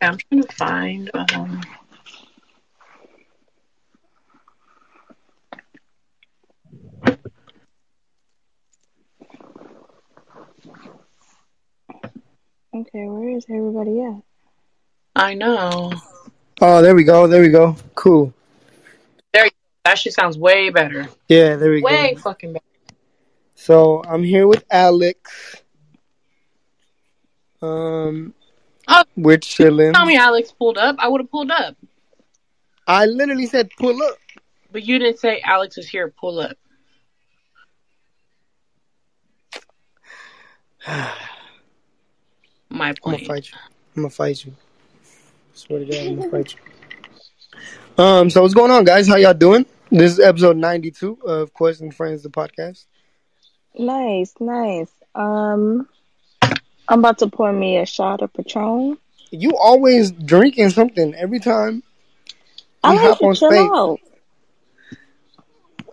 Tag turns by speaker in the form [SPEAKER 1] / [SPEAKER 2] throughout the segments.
[SPEAKER 1] I'm trying to find. Um,
[SPEAKER 2] Okay, where is everybody at?
[SPEAKER 1] I know.
[SPEAKER 3] Oh, there we go. There we go. Cool.
[SPEAKER 1] There, that shit sounds way better.
[SPEAKER 3] Yeah, there we
[SPEAKER 1] Way
[SPEAKER 3] go.
[SPEAKER 1] fucking better.
[SPEAKER 3] So I'm here with Alex. Um,
[SPEAKER 1] Oh,
[SPEAKER 3] we're chilling.
[SPEAKER 1] Tell me, Alex pulled up. I would have pulled up,
[SPEAKER 3] I literally said pull up.
[SPEAKER 1] but you didn't say Alex was here. Pull up. My
[SPEAKER 3] I'm gonna
[SPEAKER 1] point.
[SPEAKER 3] fight you. I'm gonna fight you. Swear to God, I'm gonna fight you. Um, so what's going on, guys? How y'all doing? This is episode 92 of Course and Friends, the podcast.
[SPEAKER 2] Nice, nice. Um, I'm about to pour me a shot of Patron.
[SPEAKER 3] You always drinking something every time.
[SPEAKER 2] I
[SPEAKER 3] You
[SPEAKER 2] like
[SPEAKER 3] hop
[SPEAKER 2] to
[SPEAKER 3] on
[SPEAKER 2] chill
[SPEAKER 3] space.
[SPEAKER 2] out.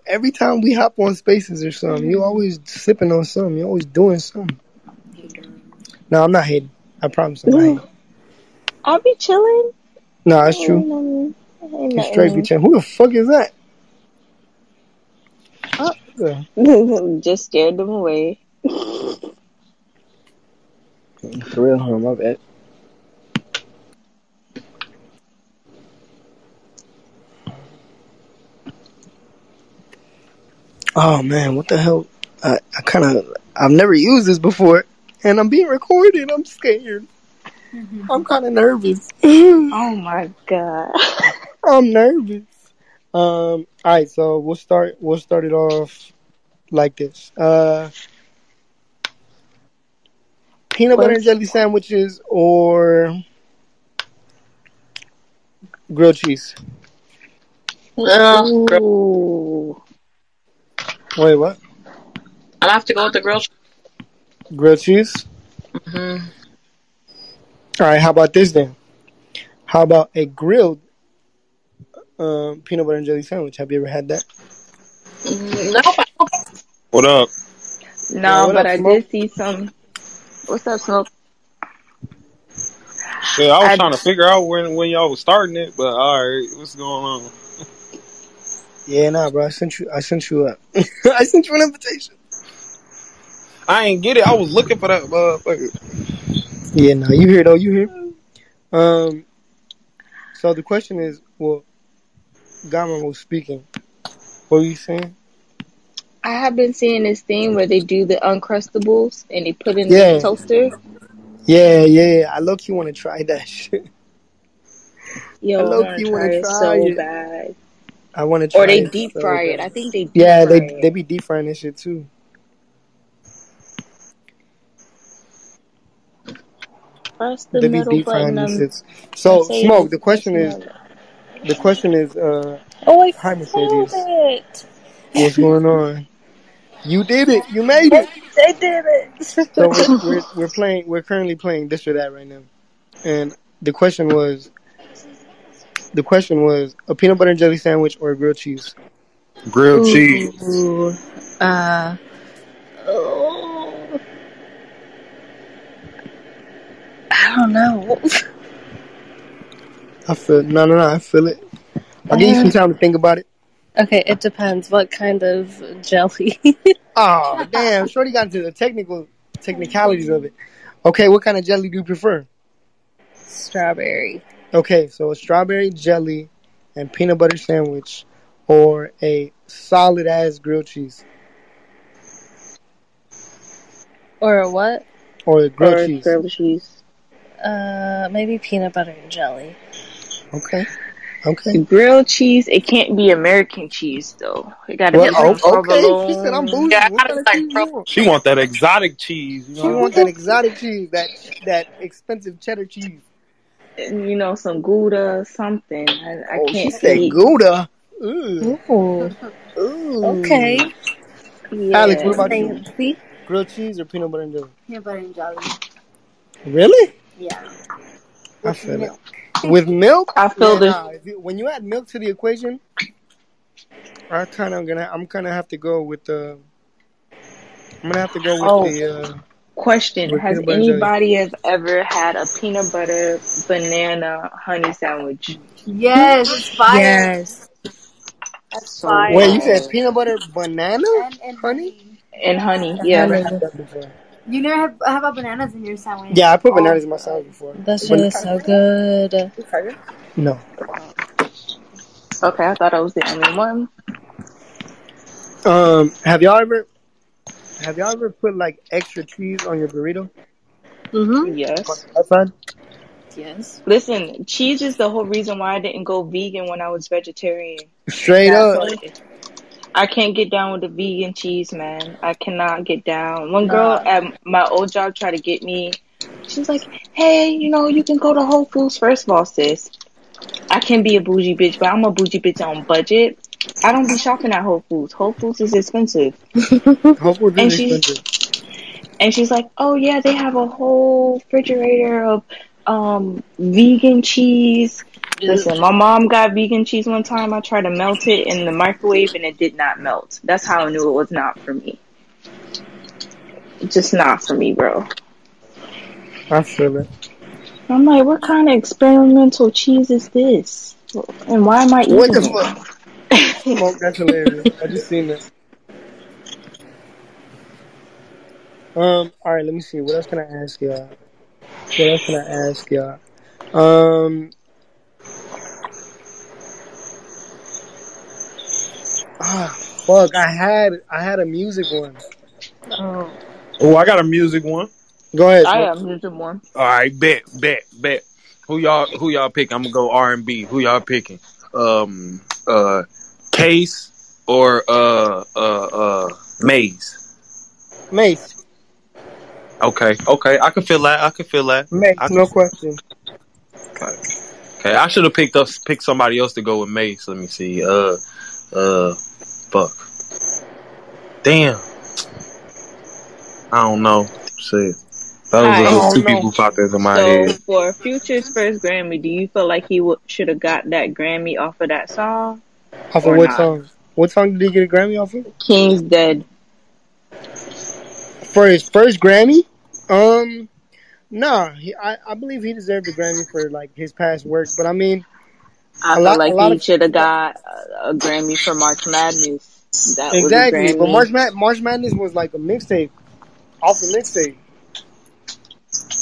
[SPEAKER 3] Every time we hop on spaces or something, you always sipping on something. You always doing something. No, I'm not hating. I promise I'm not hating.
[SPEAKER 2] I'll be chilling.
[SPEAKER 3] No, that's
[SPEAKER 2] Ain't
[SPEAKER 3] true.
[SPEAKER 2] nothing- ain't
[SPEAKER 3] You straight be
[SPEAKER 2] nothing.
[SPEAKER 3] chilling. Who the fuck is that? Oh, yeah.
[SPEAKER 2] Just scared them away. Oh
[SPEAKER 3] For real, huh? My bad. Oh man, what the hell? I, I kind of I've never used this before, and I'm being recorded. I'm scared. I'm kind of nervous. I'm
[SPEAKER 2] Oh my god.
[SPEAKER 3] nervous. Um. All right, so we'll start. We'll start it off like this. Uh, peanut butter and jelly sandwiches or grilled cheese.
[SPEAKER 1] Well, Oh, girl,
[SPEAKER 2] Ooh.
[SPEAKER 3] Wait, what?
[SPEAKER 1] I'm gonna have to go with the girl.
[SPEAKER 3] Grilled cheese.
[SPEAKER 1] Mm-hmm.
[SPEAKER 3] All right. How about this then? How about a grilled um, peanut butter and jelly sandwich? Have you ever had that?
[SPEAKER 1] No, but
[SPEAKER 4] What up?
[SPEAKER 3] Yeah,
[SPEAKER 2] No,
[SPEAKER 3] what
[SPEAKER 2] but
[SPEAKER 3] up,
[SPEAKER 2] I
[SPEAKER 3] Smoke?
[SPEAKER 2] did see some. What's up, Smoke?
[SPEAKER 4] Shit, I was
[SPEAKER 2] I-
[SPEAKER 4] trying to figure out when when y'all was starting it, but all right, what's going on?
[SPEAKER 3] Yeah, nah, bro. I sent you. I sent you up. I sent you an invitation.
[SPEAKER 4] I ain't get it. I was looking for that motherfucker.
[SPEAKER 3] Yeah, nah. You here though? You here? Um. So the question is, well, Gamma was speaking. What were you saying?
[SPEAKER 2] I have been seeing this thing where they do the uncrustables and they put in
[SPEAKER 3] Yeah.
[SPEAKER 2] the toaster.
[SPEAKER 3] Yeah, yeah. I look. You want to try that shit? I
[SPEAKER 2] Yo, I
[SPEAKER 3] low
[SPEAKER 2] want
[SPEAKER 3] key
[SPEAKER 2] to
[SPEAKER 3] want
[SPEAKER 2] try
[SPEAKER 3] to
[SPEAKER 2] it
[SPEAKER 3] try
[SPEAKER 2] so
[SPEAKER 3] it.
[SPEAKER 2] bad.
[SPEAKER 3] I want to try
[SPEAKER 2] Or they
[SPEAKER 3] it.
[SPEAKER 2] deep
[SPEAKER 3] so
[SPEAKER 2] fry it.
[SPEAKER 3] bad.
[SPEAKER 2] I think they deep
[SPEAKER 3] yeah,
[SPEAKER 2] fry
[SPEAKER 3] they
[SPEAKER 2] it.
[SPEAKER 3] they be deep frying that shit too.
[SPEAKER 2] Press the
[SPEAKER 3] They be
[SPEAKER 2] middle
[SPEAKER 3] deep
[SPEAKER 2] button.
[SPEAKER 3] frying them
[SPEAKER 2] Um,
[SPEAKER 3] shits. So
[SPEAKER 2] say it
[SPEAKER 3] smoke.
[SPEAKER 2] is
[SPEAKER 3] The question is.
[SPEAKER 2] smell.
[SPEAKER 3] The question is. Uh,
[SPEAKER 2] Oh, I
[SPEAKER 3] hi,
[SPEAKER 2] found
[SPEAKER 3] Mercedes.
[SPEAKER 2] it.
[SPEAKER 3] What's going on? You did it. You made it.
[SPEAKER 2] I did it.
[SPEAKER 3] So we're, we're we're playing. We're currently playing this or that right now. And the question was, the question was a peanut butter and jelly sandwich or a grilled cheese.
[SPEAKER 4] Grilled cheese.
[SPEAKER 2] Ooh. Uh, oh. I don't know.
[SPEAKER 3] I feel no, no, no. I feel it. I'll give you some time to think about it.
[SPEAKER 5] Okay, it depends what kind of jelly.
[SPEAKER 3] Oh damn, Shorty got into the technical technicalities of it. Okay, what kind of jelly do you prefer?
[SPEAKER 5] Strawberry.
[SPEAKER 3] Okay, so a strawberry jelly and peanut butter sandwich, or a solid ass grilled cheese
[SPEAKER 5] Or a what?
[SPEAKER 3] or a grilled
[SPEAKER 2] Or
[SPEAKER 3] cheese.
[SPEAKER 2] grilled cheese.
[SPEAKER 5] Uh, maybe peanut butter and jelly.
[SPEAKER 3] Okay, okay.
[SPEAKER 2] Grilled cheese. It can't be American cheese though. It gotta
[SPEAKER 3] Well,
[SPEAKER 2] be some
[SPEAKER 3] oh, okay. She said I'm
[SPEAKER 2] provolone.
[SPEAKER 3] bougie.
[SPEAKER 1] yeah,
[SPEAKER 3] What
[SPEAKER 1] I
[SPEAKER 3] kind
[SPEAKER 1] was
[SPEAKER 3] of
[SPEAKER 1] like,
[SPEAKER 3] cheese
[SPEAKER 1] bro,
[SPEAKER 3] you want?
[SPEAKER 4] She want that exotic cheese, you
[SPEAKER 3] She
[SPEAKER 4] know.
[SPEAKER 3] want that exotic cheese, that that expensive cheddar cheese.
[SPEAKER 2] You know, some gouda, something. I, I
[SPEAKER 3] Oh, she
[SPEAKER 2] can't
[SPEAKER 3] said
[SPEAKER 2] eat.
[SPEAKER 3] Gouda.
[SPEAKER 6] Mm-hmm.
[SPEAKER 3] Ooh,
[SPEAKER 5] Ooh.
[SPEAKER 3] ooh.
[SPEAKER 5] Okay.
[SPEAKER 3] Alex,
[SPEAKER 2] Yeah.
[SPEAKER 3] what about you?
[SPEAKER 5] Fancy.
[SPEAKER 3] Grilled cheese or peanut butter and jelly?
[SPEAKER 6] peanut butter and jelly.
[SPEAKER 3] Really?
[SPEAKER 6] Yeah.
[SPEAKER 3] I
[SPEAKER 6] With
[SPEAKER 3] feel
[SPEAKER 6] milk.
[SPEAKER 3] it. With milk?
[SPEAKER 2] I feel
[SPEAKER 3] Yeah,
[SPEAKER 2] this.
[SPEAKER 3] nah. if you- When you add milk to the equation, I kind of gonna, I'm kind of have to go with the, I'm gonna have to go with
[SPEAKER 2] Oh,
[SPEAKER 3] the uh,
[SPEAKER 2] Question:
[SPEAKER 3] With
[SPEAKER 2] Has
[SPEAKER 3] peanut butter and jelly.
[SPEAKER 2] anybody has ever had a peanut butter banana honey sandwich?
[SPEAKER 6] Yes, it's fire.
[SPEAKER 5] Yes.
[SPEAKER 6] That's
[SPEAKER 2] So
[SPEAKER 6] fire.
[SPEAKER 3] Wait, you said peanut butter banana?
[SPEAKER 6] And, and
[SPEAKER 3] Honey?
[SPEAKER 2] And honey, yeah.
[SPEAKER 3] Never had that before.
[SPEAKER 6] You never have, have a bananas in your sandwich. Oh.
[SPEAKER 3] Yeah, I put bananas in my salad before.
[SPEAKER 5] That shit is so good.
[SPEAKER 3] No.
[SPEAKER 2] Okay, I thought I was the only one.
[SPEAKER 3] Um, have y'all ever have y'all ever put like extra cheese on your burrito?
[SPEAKER 5] Mm-hmm.
[SPEAKER 2] Yes.
[SPEAKER 3] Outside?
[SPEAKER 5] Yes.
[SPEAKER 2] Listen, cheese is the whole reason why I didn't go vegan when I was vegetarian.
[SPEAKER 3] Straight
[SPEAKER 2] That's
[SPEAKER 3] up.
[SPEAKER 2] what it is. I can't get down with the vegan cheese, man. I cannot get down. One girl at my old job tried to get me. She's like, "Hey, you know, you can go to Whole Foods." First of all, sis, I can be a bougie bitch, but I'm a bougie bitch on budget. I don't be shopping at Whole Foods. Whole Foods is expensive.
[SPEAKER 3] Hope we're
[SPEAKER 2] And
[SPEAKER 3] really
[SPEAKER 2] she-
[SPEAKER 3] expensive.
[SPEAKER 2] And she's like, "Oh yeah, they have a whole refrigerator of um vegan cheese." Listen, my mom got vegan cheese one time. I tried to melt it in the microwave and it did not melt. That's how I knew it was not for me. Just not for me, bro.
[SPEAKER 3] I feel it.
[SPEAKER 2] I'm like, what kind of experimental cheese is this? And why am I eating
[SPEAKER 3] What the
[SPEAKER 2] it?
[SPEAKER 3] fuck? Smoke, that's hilarious. I just seen that. Um, all right, let me see. What else can I ask y'all? What else can I ask y'all? Um, ah, fuck. I had I had a music one.
[SPEAKER 5] Oh.
[SPEAKER 4] Oh, I got a music one.
[SPEAKER 3] Go ahead.
[SPEAKER 2] I
[SPEAKER 3] Smoke.
[SPEAKER 2] am using one.
[SPEAKER 4] All right, bet, bet, bet. Who y'all who y'all pick? I'm gonna go R and B. Who y'all picking? Um, uh, Case or uh uh uh Maze?
[SPEAKER 3] Mace.
[SPEAKER 4] Okay, okay, I can feel that. I can feel that.
[SPEAKER 3] Mace.
[SPEAKER 4] I-
[SPEAKER 3] No question.
[SPEAKER 4] Okay, I should have picked up picked somebody else to go with Mace. Let me see. Uh, uh, fuck. Damn. I don't know. Shit. That was
[SPEAKER 2] I
[SPEAKER 4] those
[SPEAKER 2] don't
[SPEAKER 4] two
[SPEAKER 2] know.
[SPEAKER 4] people popped into my
[SPEAKER 2] So
[SPEAKER 4] head.
[SPEAKER 2] for Future's first Grammy, do you feel like he w- should have got that Grammy off of that song?
[SPEAKER 3] Off
[SPEAKER 2] Or
[SPEAKER 3] of what
[SPEAKER 2] not.
[SPEAKER 3] song? What song did he get a Grammy off of?
[SPEAKER 2] King's dead.
[SPEAKER 3] for his first Grammy. Um, nah, he, I, I believe he deserved a Grammy for like his past work. But I mean,
[SPEAKER 2] I
[SPEAKER 3] A
[SPEAKER 2] feel
[SPEAKER 3] lot-
[SPEAKER 2] like
[SPEAKER 3] a lot
[SPEAKER 2] he
[SPEAKER 3] of-
[SPEAKER 2] should have got a, a Grammy for March Madness. That was
[SPEAKER 3] exactly.
[SPEAKER 2] a Grammy.
[SPEAKER 3] But March Mad- March Madness was like a mixtape, off the mixtape,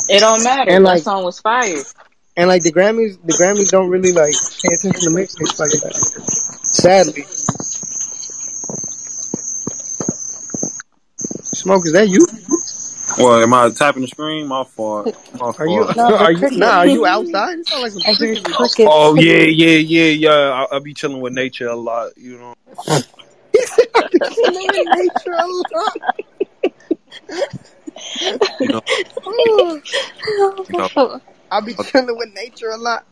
[SPEAKER 2] it don't matter.
[SPEAKER 3] And,
[SPEAKER 2] that
[SPEAKER 3] like-
[SPEAKER 2] song was fire.
[SPEAKER 3] and like the Grammys, the Grammys don't really like pay attention to mixtapes like that. Sadly, smoke is that you?
[SPEAKER 4] Well, am I tapping the screen? My fault. My
[SPEAKER 3] Are you?
[SPEAKER 4] fault.
[SPEAKER 3] Are you? Nah, are you outside? It sound like some cricket.
[SPEAKER 4] Oh yeah, yeah, yeah, yeah. I, I be chilling with nature a lot, you know.
[SPEAKER 3] He said, "Are you killing nature a lot?"
[SPEAKER 4] You know, you know.
[SPEAKER 3] I be chilling with nature a lot.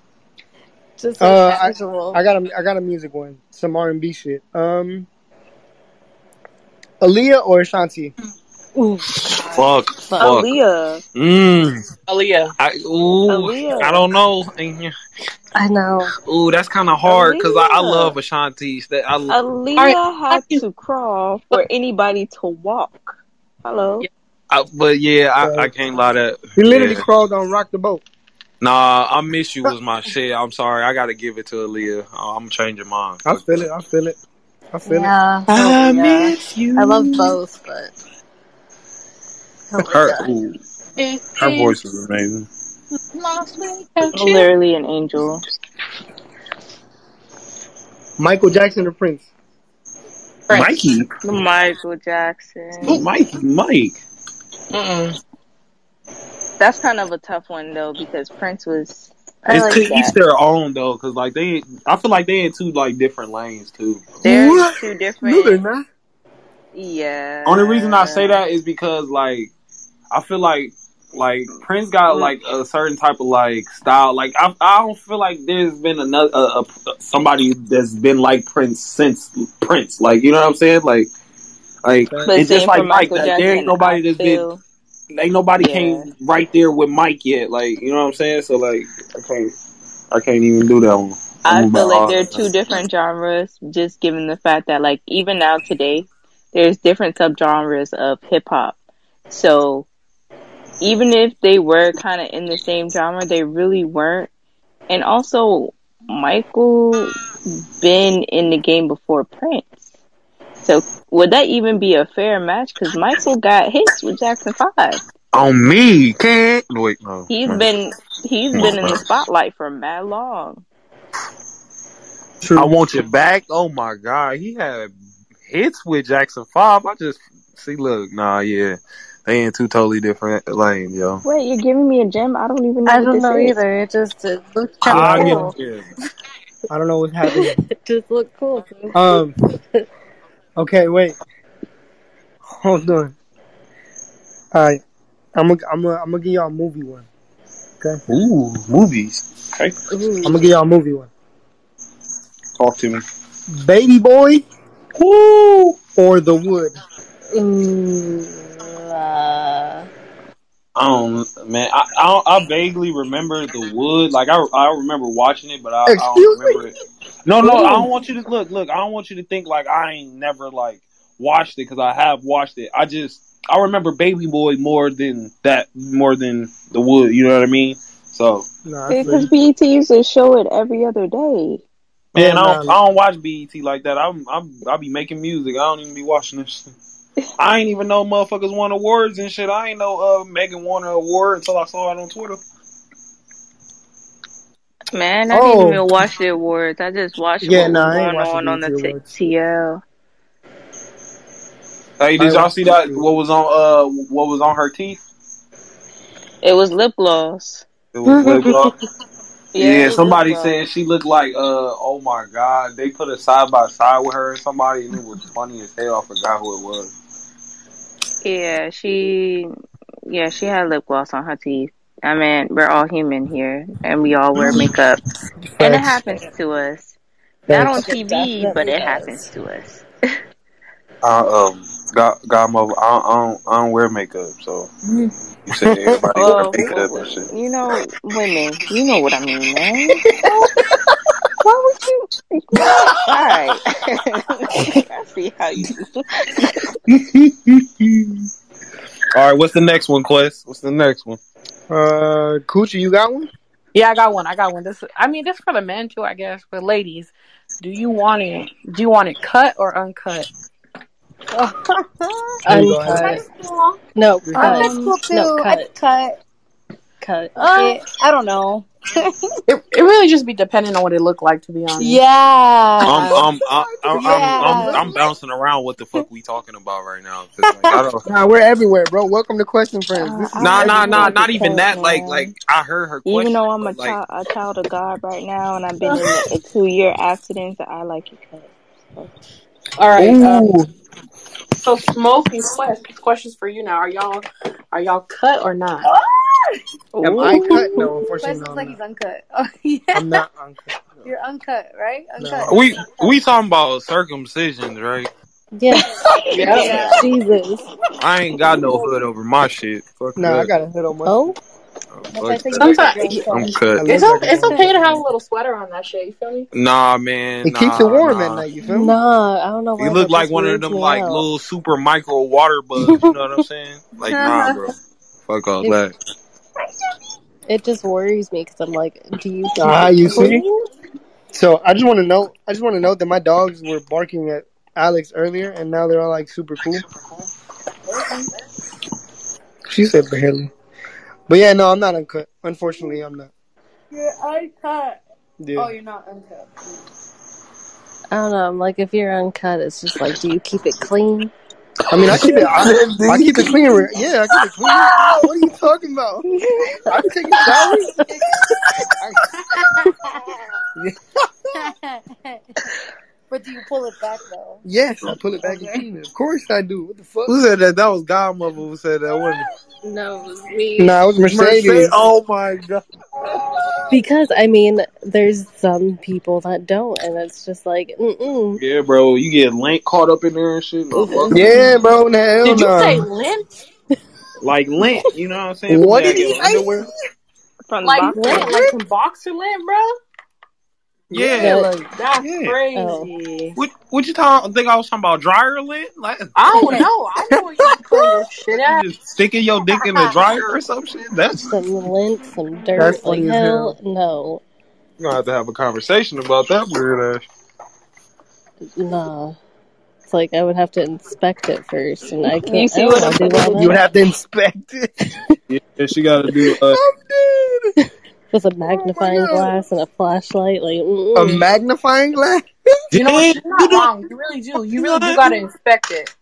[SPEAKER 5] Just
[SPEAKER 3] Uh, I-
[SPEAKER 5] casual.
[SPEAKER 3] I got a I got a music one, some R and B shit. Um, Aaliyah or Ashanti?
[SPEAKER 4] Fuck, fuck.
[SPEAKER 2] Aaliyah.
[SPEAKER 4] Mm.
[SPEAKER 1] Aaliyah.
[SPEAKER 4] I ooh,
[SPEAKER 2] Aaliyah.
[SPEAKER 4] I don't know.
[SPEAKER 5] I know.
[SPEAKER 4] Ooh, that's kind of hard because I, I
[SPEAKER 2] Aaliyah.
[SPEAKER 4] love Ashanti. That I love.
[SPEAKER 2] Aaliyah
[SPEAKER 1] Alright.
[SPEAKER 2] had to crawl for anybody to walk. Hello.
[SPEAKER 4] I, but yeah, I, I can't lie to.
[SPEAKER 3] He literally
[SPEAKER 4] yeah.
[SPEAKER 3] crawled on Rock the Boat.
[SPEAKER 4] Nah, I miss you was my shit. I'm sorry, I gotta give it to Aaliyah. Uh, I- I'm changing mine.
[SPEAKER 3] I feel it. I feel it. I feel it.
[SPEAKER 5] Oh, Yeah. I miss you. I love both, but. Oh my
[SPEAKER 4] Her,
[SPEAKER 5] God.
[SPEAKER 4] ooh,
[SPEAKER 1] It's
[SPEAKER 4] her voice is amazing.
[SPEAKER 1] my sweet country.
[SPEAKER 2] Literally an angel.
[SPEAKER 3] Michael Jackson or Prince?
[SPEAKER 4] Mikey,
[SPEAKER 2] Michael Jackson.
[SPEAKER 4] oh, Mikey, Mike.
[SPEAKER 1] Mm-mm.
[SPEAKER 2] That's kind of a tough one though because Prince was. I
[SPEAKER 4] It's,
[SPEAKER 2] like
[SPEAKER 4] to each
[SPEAKER 2] that.
[SPEAKER 4] their own though, because like they, I feel like they in two like different lanes too.
[SPEAKER 2] They're
[SPEAKER 3] What?
[SPEAKER 2] two
[SPEAKER 3] No, they're
[SPEAKER 2] different.
[SPEAKER 3] not.
[SPEAKER 2] Yeah.
[SPEAKER 4] Only reason I say that is because like I feel like like Prince got
[SPEAKER 2] Mm-hmm.
[SPEAKER 4] like a certain type of like style. Like I I don't feel like there's been another uh, uh, somebody that's been like Prince since Prince. Like you know what I'm saying? Like like
[SPEAKER 2] But
[SPEAKER 4] it's just
[SPEAKER 2] same
[SPEAKER 4] like
[SPEAKER 2] for
[SPEAKER 4] Mike.
[SPEAKER 2] Michael
[SPEAKER 4] Like,
[SPEAKER 2] Jackson.
[SPEAKER 4] there ain't nobody
[SPEAKER 2] I
[SPEAKER 4] that's
[SPEAKER 2] feel-
[SPEAKER 4] been ain't nobody
[SPEAKER 2] Yeah.
[SPEAKER 4] came right there with Mike yet. Like you know what I'm saying? So like I can't I can't even do that one.
[SPEAKER 2] I
[SPEAKER 4] I'm
[SPEAKER 2] feel
[SPEAKER 4] about-
[SPEAKER 2] like there are two different genres, just given the fact that, like, even now today, there's different subgenres of hip hop. So even if they were kind of in the same genre, they really weren't. And also, Michael been in the game before Prince. So would that even be a fair match? Because Michael got hits with Jackson Five.
[SPEAKER 7] On me, can't wait. No,
[SPEAKER 2] He's
[SPEAKER 7] no.
[SPEAKER 2] been he's
[SPEAKER 7] Come
[SPEAKER 2] been
[SPEAKER 7] on,
[SPEAKER 2] in the
[SPEAKER 7] man.
[SPEAKER 2] spotlight for mad long.
[SPEAKER 7] I want you back. Oh my god, he had hits with Jackson Five. I just see, look, nah, yeah, they in two totally different lanes, yo.
[SPEAKER 2] Wait, you're giving me a gem? I don't even know.
[SPEAKER 5] I
[SPEAKER 2] what
[SPEAKER 5] don't
[SPEAKER 2] this
[SPEAKER 5] know
[SPEAKER 2] is.
[SPEAKER 5] either. It just it looks
[SPEAKER 3] Yeah,
[SPEAKER 5] kind
[SPEAKER 3] I
[SPEAKER 5] of
[SPEAKER 3] don't
[SPEAKER 5] cool.
[SPEAKER 3] I don't know what's happening.
[SPEAKER 5] It just looked cool.
[SPEAKER 3] Um. Okay, wait. Hold on. All right, I'm gonna I'm gonna I'm gonna give y'all a movie one.
[SPEAKER 7] Ooh, movies.
[SPEAKER 5] Ooh.
[SPEAKER 3] I'm gonna give y'all a movie one.
[SPEAKER 7] Talk to me.
[SPEAKER 3] Baby Boy, woo, or The Wood.
[SPEAKER 5] Ooh. Uh,
[SPEAKER 4] I don't, man. I, I don't- I vaguely remember the wood. Like I I remember watching it, but I, I don't
[SPEAKER 3] Excuse me?
[SPEAKER 4] remember it. No, no. I don't want you to look. Look, I don't want you to think like I ain't never like watched it because I have watched it. I just I remember Baby Boy more than that, more than the wood. You know what I mean? So
[SPEAKER 3] Nah, I feel
[SPEAKER 2] Because
[SPEAKER 3] you.
[SPEAKER 2] BET used to show it every other day.
[SPEAKER 4] man, I
[SPEAKER 3] Oh,
[SPEAKER 4] don't
[SPEAKER 3] nah.
[SPEAKER 4] I don't watch BET like that. I'm I'm I be making music. I don't even be watching this. shit. I ain't even know motherfuckers won awards and shit. I ain't know uh, Megan won an award until I saw it on Twitter.
[SPEAKER 2] Man, I
[SPEAKER 3] Oh.
[SPEAKER 2] didn't even watch the awards. I just watched
[SPEAKER 3] Yeah,
[SPEAKER 2] what
[SPEAKER 3] nah,
[SPEAKER 2] was
[SPEAKER 3] I ain't
[SPEAKER 2] going
[SPEAKER 3] watching
[SPEAKER 2] on on the
[SPEAKER 3] BET
[SPEAKER 2] t- TL.
[SPEAKER 3] awards.
[SPEAKER 4] Hey,
[SPEAKER 3] I
[SPEAKER 4] did y'all
[SPEAKER 3] watched
[SPEAKER 4] see
[SPEAKER 3] it
[SPEAKER 4] that?
[SPEAKER 3] too.
[SPEAKER 4] What was on? Uh, what was on her teeth?
[SPEAKER 2] It was lip gloss.
[SPEAKER 4] It was lip gloss.
[SPEAKER 2] Mm-hmm. Yeah, it
[SPEAKER 4] Yeah,
[SPEAKER 2] was lip
[SPEAKER 4] somebody
[SPEAKER 2] gloss.
[SPEAKER 4] said she looked like. Uh, oh my god, they put her side by side with her and somebody, and it was funny as hell. I forgot who it was.
[SPEAKER 2] Yeah, she, yeah, she had lip gloss on her teeth. I mean, we're all human here, and we all wear makeup, and it
[SPEAKER 3] Facts.
[SPEAKER 2] happens to us. Not on
[SPEAKER 3] Facts.
[SPEAKER 5] it
[SPEAKER 2] TV, but
[SPEAKER 5] definitely
[SPEAKER 2] it happens
[SPEAKER 5] does.
[SPEAKER 2] to us.
[SPEAKER 7] I um, got godmother. I, don't- I don't I don't wear makeup, so
[SPEAKER 2] Mm-hmm.
[SPEAKER 7] you said everybody wear
[SPEAKER 2] Well,
[SPEAKER 7] makeup
[SPEAKER 2] well,
[SPEAKER 7] and shit.
[SPEAKER 2] you know, women, you know what I mean, man. So, why would you? All right, I see how you.
[SPEAKER 4] All right, what's the next one, Quest? What's the next one?
[SPEAKER 3] Uh, Coochie, you got one?
[SPEAKER 1] Yeah, I got one. I got one. This, I mean, this for the men too, I guess. But ladies, do you want it? Do you want it cut or uncut?
[SPEAKER 3] Here you go. Adam.
[SPEAKER 5] Uncut.
[SPEAKER 6] That's cool.
[SPEAKER 5] No,
[SPEAKER 3] Your
[SPEAKER 5] cut.
[SPEAKER 6] That's
[SPEAKER 1] Um,
[SPEAKER 6] cool
[SPEAKER 5] No,
[SPEAKER 6] too. I
[SPEAKER 5] cut.
[SPEAKER 6] could cut.
[SPEAKER 5] Cut.
[SPEAKER 6] Uh,
[SPEAKER 5] It, I don't know.
[SPEAKER 1] it it really just be depending on what it looked like, to be honest.
[SPEAKER 2] Uh,
[SPEAKER 7] I'm
[SPEAKER 5] yeah.
[SPEAKER 7] I'm I, I, I'm I'm
[SPEAKER 6] Yeah.
[SPEAKER 7] I'm bouncing around. What the fuck we talking about right now? 'Cause, like, I don't.
[SPEAKER 3] Nah, we're everywhere, bro. Welcome to Question Friends.
[SPEAKER 2] Uh,
[SPEAKER 3] This
[SPEAKER 2] I
[SPEAKER 3] is
[SPEAKER 7] Nah,
[SPEAKER 2] don't
[SPEAKER 7] nah,
[SPEAKER 2] even
[SPEAKER 7] nah.
[SPEAKER 3] everywhere.
[SPEAKER 2] want to
[SPEAKER 7] Not even
[SPEAKER 2] cut,
[SPEAKER 7] that. Like,
[SPEAKER 2] man.
[SPEAKER 7] like I heard her
[SPEAKER 2] Even
[SPEAKER 7] question,
[SPEAKER 2] though I'm a
[SPEAKER 7] but like,
[SPEAKER 2] child, a child of God right now, and I've been in a two year accident, so I like it cut. So,
[SPEAKER 1] All right. Uh,
[SPEAKER 3] Ooh,
[SPEAKER 1] so smoke and quest. This question's for you now. Are y'all are y'all cut or not?
[SPEAKER 3] am I cut?
[SPEAKER 2] ooh,
[SPEAKER 3] No,
[SPEAKER 6] Quest
[SPEAKER 3] unfortunately, no,
[SPEAKER 6] looks
[SPEAKER 3] I'm
[SPEAKER 6] like he's
[SPEAKER 3] not.
[SPEAKER 6] uncut. Oh yeah,
[SPEAKER 3] I'm not uncut. No,
[SPEAKER 6] you're uncut, right?
[SPEAKER 3] no.
[SPEAKER 6] Uncut.
[SPEAKER 7] we we talking about circumcisions, right?
[SPEAKER 5] Yes.
[SPEAKER 1] Yep.
[SPEAKER 6] Yeah.
[SPEAKER 5] Jesus.
[SPEAKER 7] I ain't got no hood over my shit. Fuck
[SPEAKER 3] Nah, I
[SPEAKER 7] that.
[SPEAKER 3] got a hood on my.
[SPEAKER 5] Oh.
[SPEAKER 7] Oh,
[SPEAKER 6] That's why I
[SPEAKER 7] fuck
[SPEAKER 6] said you
[SPEAKER 1] Sometimes
[SPEAKER 6] look like
[SPEAKER 7] that.
[SPEAKER 6] you're
[SPEAKER 7] I'm
[SPEAKER 6] uncut.
[SPEAKER 3] I
[SPEAKER 7] cut.
[SPEAKER 3] look
[SPEAKER 1] it's
[SPEAKER 3] like
[SPEAKER 1] okay,
[SPEAKER 3] I'm
[SPEAKER 1] it's
[SPEAKER 3] on.
[SPEAKER 1] okay to have a little sweater on that shit. You feel me?
[SPEAKER 7] Nah, man.
[SPEAKER 3] It keeps it
[SPEAKER 7] Nah,
[SPEAKER 3] warm at
[SPEAKER 7] nah.
[SPEAKER 3] night. You feel me?
[SPEAKER 5] No, I don't know
[SPEAKER 7] You
[SPEAKER 5] why
[SPEAKER 7] look
[SPEAKER 5] that
[SPEAKER 7] like
[SPEAKER 5] just
[SPEAKER 7] one of
[SPEAKER 5] weirds
[SPEAKER 7] them
[SPEAKER 5] me
[SPEAKER 7] like
[SPEAKER 5] out.
[SPEAKER 7] little super micro water bugs. You know what I'm saying? Like, nah, bro. Fuck all
[SPEAKER 5] it,
[SPEAKER 7] that.
[SPEAKER 5] it just worries me because I'm like, do you think
[SPEAKER 3] Ah,
[SPEAKER 5] it's
[SPEAKER 3] you see.
[SPEAKER 5] cool?
[SPEAKER 3] So I just want to know. I just want to know that my dogs were barking at Alex earlier, and now they're all like super cool. She said barely. But yeah, no, I'm not uncut. Unfortunately, I'm not.
[SPEAKER 6] You're uncut.
[SPEAKER 3] Yeah.
[SPEAKER 6] Oh, you're not uncut.
[SPEAKER 5] I don't know. I'm like, if you're uncut, it's just like, do you keep it clean?
[SPEAKER 3] I mean, I keep it. I, I keep it clean. re- Yeah, I keep it clean. No, what are you talking about? I take a shower. I, Yeah.
[SPEAKER 6] but do you pull it back though?
[SPEAKER 3] yes, I pull it back and
[SPEAKER 6] Okay.
[SPEAKER 3] clean it. Of course I do. What the fuck?
[SPEAKER 7] Who said that? That was Godmother who said that, wasn't it?
[SPEAKER 5] No, it was me.
[SPEAKER 3] Nah, it was
[SPEAKER 7] Mercedes.
[SPEAKER 3] Mercedes.
[SPEAKER 7] Oh my god.
[SPEAKER 5] Because I mean, there's some people that don't, and it's just like, mm
[SPEAKER 4] Yeah, bro, you get Link caught up in there and shit. No, fuck that.
[SPEAKER 3] Yeah, bro. Nah, hell
[SPEAKER 1] Did you
[SPEAKER 3] no.
[SPEAKER 1] say lint?
[SPEAKER 4] Like lint, you know what I'm saying? From
[SPEAKER 3] What
[SPEAKER 4] that
[SPEAKER 3] did he
[SPEAKER 4] your
[SPEAKER 3] say?
[SPEAKER 4] underwear.
[SPEAKER 2] from the
[SPEAKER 1] Like
[SPEAKER 2] boxer.
[SPEAKER 1] lint, like some boxer lint, bro?
[SPEAKER 7] Yeah.
[SPEAKER 5] Yeah.
[SPEAKER 1] like, that's
[SPEAKER 7] Yeah.
[SPEAKER 1] crazy.
[SPEAKER 7] What what you talking? Think I was talking about dryer lint? Like,
[SPEAKER 1] I don't know. I know where you pull your shit at.
[SPEAKER 7] you just sticking your dick in the dryer or some shit? That's
[SPEAKER 5] Some lint, some dirt.
[SPEAKER 3] That's
[SPEAKER 5] like
[SPEAKER 3] funny as
[SPEAKER 5] hell, no,
[SPEAKER 7] We're gonna have to have a conversation about that weird ass.
[SPEAKER 5] nah. It's like I would have to inspect it first, and I
[SPEAKER 2] You
[SPEAKER 5] can't. I
[SPEAKER 2] see
[SPEAKER 5] don't
[SPEAKER 2] what
[SPEAKER 5] want
[SPEAKER 2] I'm
[SPEAKER 5] to do all
[SPEAKER 2] saying?
[SPEAKER 5] that
[SPEAKER 3] You have to inspect it.
[SPEAKER 4] Yeah, she got to do. Uh,
[SPEAKER 3] I'm dead.
[SPEAKER 5] with a
[SPEAKER 3] my
[SPEAKER 5] magnifying
[SPEAKER 3] God.
[SPEAKER 5] glass and a flashlight. Like, mm.
[SPEAKER 3] A
[SPEAKER 5] mm-mm.
[SPEAKER 3] magnifying glass?
[SPEAKER 1] You know what?
[SPEAKER 7] Dang,
[SPEAKER 1] You're
[SPEAKER 7] you
[SPEAKER 1] not
[SPEAKER 7] don't-
[SPEAKER 1] wrong. You really do. You really do gotta inspect it.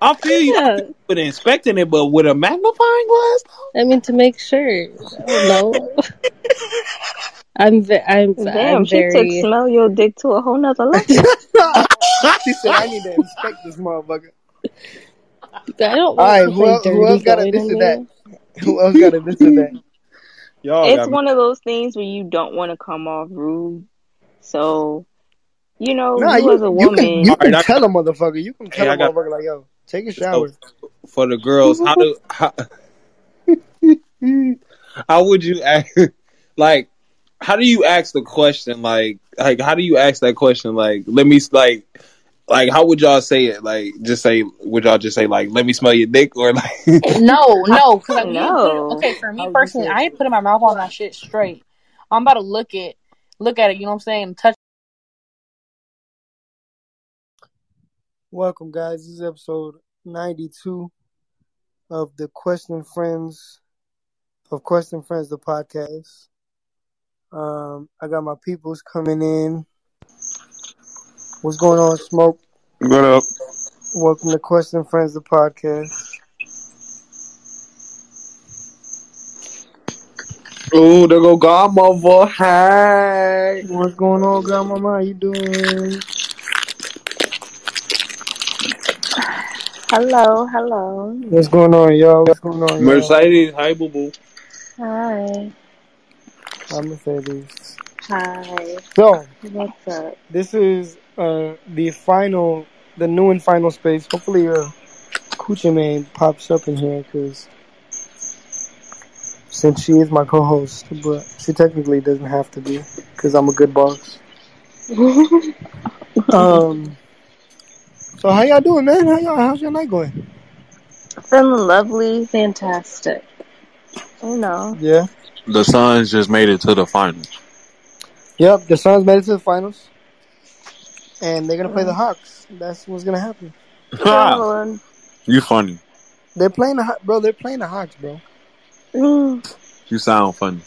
[SPEAKER 7] I feel you
[SPEAKER 5] yeah.
[SPEAKER 7] with inspecting it, but with a magnifying glass.
[SPEAKER 5] I mean, to make sure. I don't know. I'm ve- I'm
[SPEAKER 2] Damn,
[SPEAKER 5] I'm
[SPEAKER 2] she took
[SPEAKER 5] very
[SPEAKER 2] smell your dick to a whole nother level.
[SPEAKER 3] she said, I need to inspect this motherfucker.
[SPEAKER 5] I don't
[SPEAKER 3] All
[SPEAKER 5] want
[SPEAKER 3] right, who
[SPEAKER 5] something
[SPEAKER 3] else, who
[SPEAKER 5] dirty
[SPEAKER 3] else got a
[SPEAKER 5] going
[SPEAKER 3] this
[SPEAKER 5] on
[SPEAKER 3] or that?
[SPEAKER 5] me.
[SPEAKER 3] Who else got a this or that?
[SPEAKER 7] Y'all
[SPEAKER 2] It's
[SPEAKER 7] got me.
[SPEAKER 2] one of those things where you don't want to come off rude. So, you know,
[SPEAKER 3] Nah,
[SPEAKER 2] you as
[SPEAKER 3] you
[SPEAKER 2] Oh, a
[SPEAKER 3] you can you
[SPEAKER 2] woman,
[SPEAKER 7] All right,
[SPEAKER 3] can
[SPEAKER 7] I
[SPEAKER 3] tell a motherfucker. You can tell
[SPEAKER 7] hey,
[SPEAKER 3] a
[SPEAKER 7] I got
[SPEAKER 3] motherfucker like, yo, take a
[SPEAKER 7] so
[SPEAKER 3] shower.
[SPEAKER 7] for the girls. How do how, how would you act? Like, how do you ask the question? Like, like how do you ask that question? Like, let me like. Like, how would y'all say it? Like, just say, would y'all just say, like, let me smell your dick? Or, like,
[SPEAKER 1] No, no, because like, we ain't put it.
[SPEAKER 2] no.
[SPEAKER 1] Okay, for me
[SPEAKER 3] How would you
[SPEAKER 1] personally,
[SPEAKER 3] say
[SPEAKER 1] I
[SPEAKER 3] it?
[SPEAKER 1] ain't putting my mouth on that shit straight. I'm about to look it, look at it. You know what I'm saying? Touch.
[SPEAKER 3] Welcome, guys. This is episode 92 of the Question Friends, of Question Friends, the podcast. Um, I got my peoples coming in. What's going on, Smoke?
[SPEAKER 7] what up?
[SPEAKER 3] Welcome to Question Friends, the podcast.
[SPEAKER 7] Ooh, there go Godmother. Hey.
[SPEAKER 3] What's going on, Grandmama? How you doing?
[SPEAKER 2] Hello, hello.
[SPEAKER 3] What's going on, y'all? What's going on, y'all?
[SPEAKER 7] Mercedes, hey, boo boo.
[SPEAKER 2] Hi.
[SPEAKER 3] I'm gonna say this.
[SPEAKER 2] Hi.
[SPEAKER 3] So,
[SPEAKER 2] What's up?
[SPEAKER 3] this is uh the final, the new and final space. Hopefully, uh, Coochie Man pops up in here because since she is my co-host, but she technically doesn't have to be because I'm a good boss. Um. So how y'all doing, man? How y'all? How's your night going?
[SPEAKER 2] Feeling lovely,
[SPEAKER 5] Fantastic.
[SPEAKER 2] you know.
[SPEAKER 3] Yeah.
[SPEAKER 7] The Suns just made it to the finals.
[SPEAKER 3] Yep. The Suns made it to the finals, and they're gonna play the Hawks. That's what's gonna happen.
[SPEAKER 7] Ha!
[SPEAKER 2] Feeling.
[SPEAKER 7] you funny.
[SPEAKER 3] They're playing the Haw- bro. They're playing the Hawks, bro.
[SPEAKER 2] Mm.
[SPEAKER 7] You sound funny.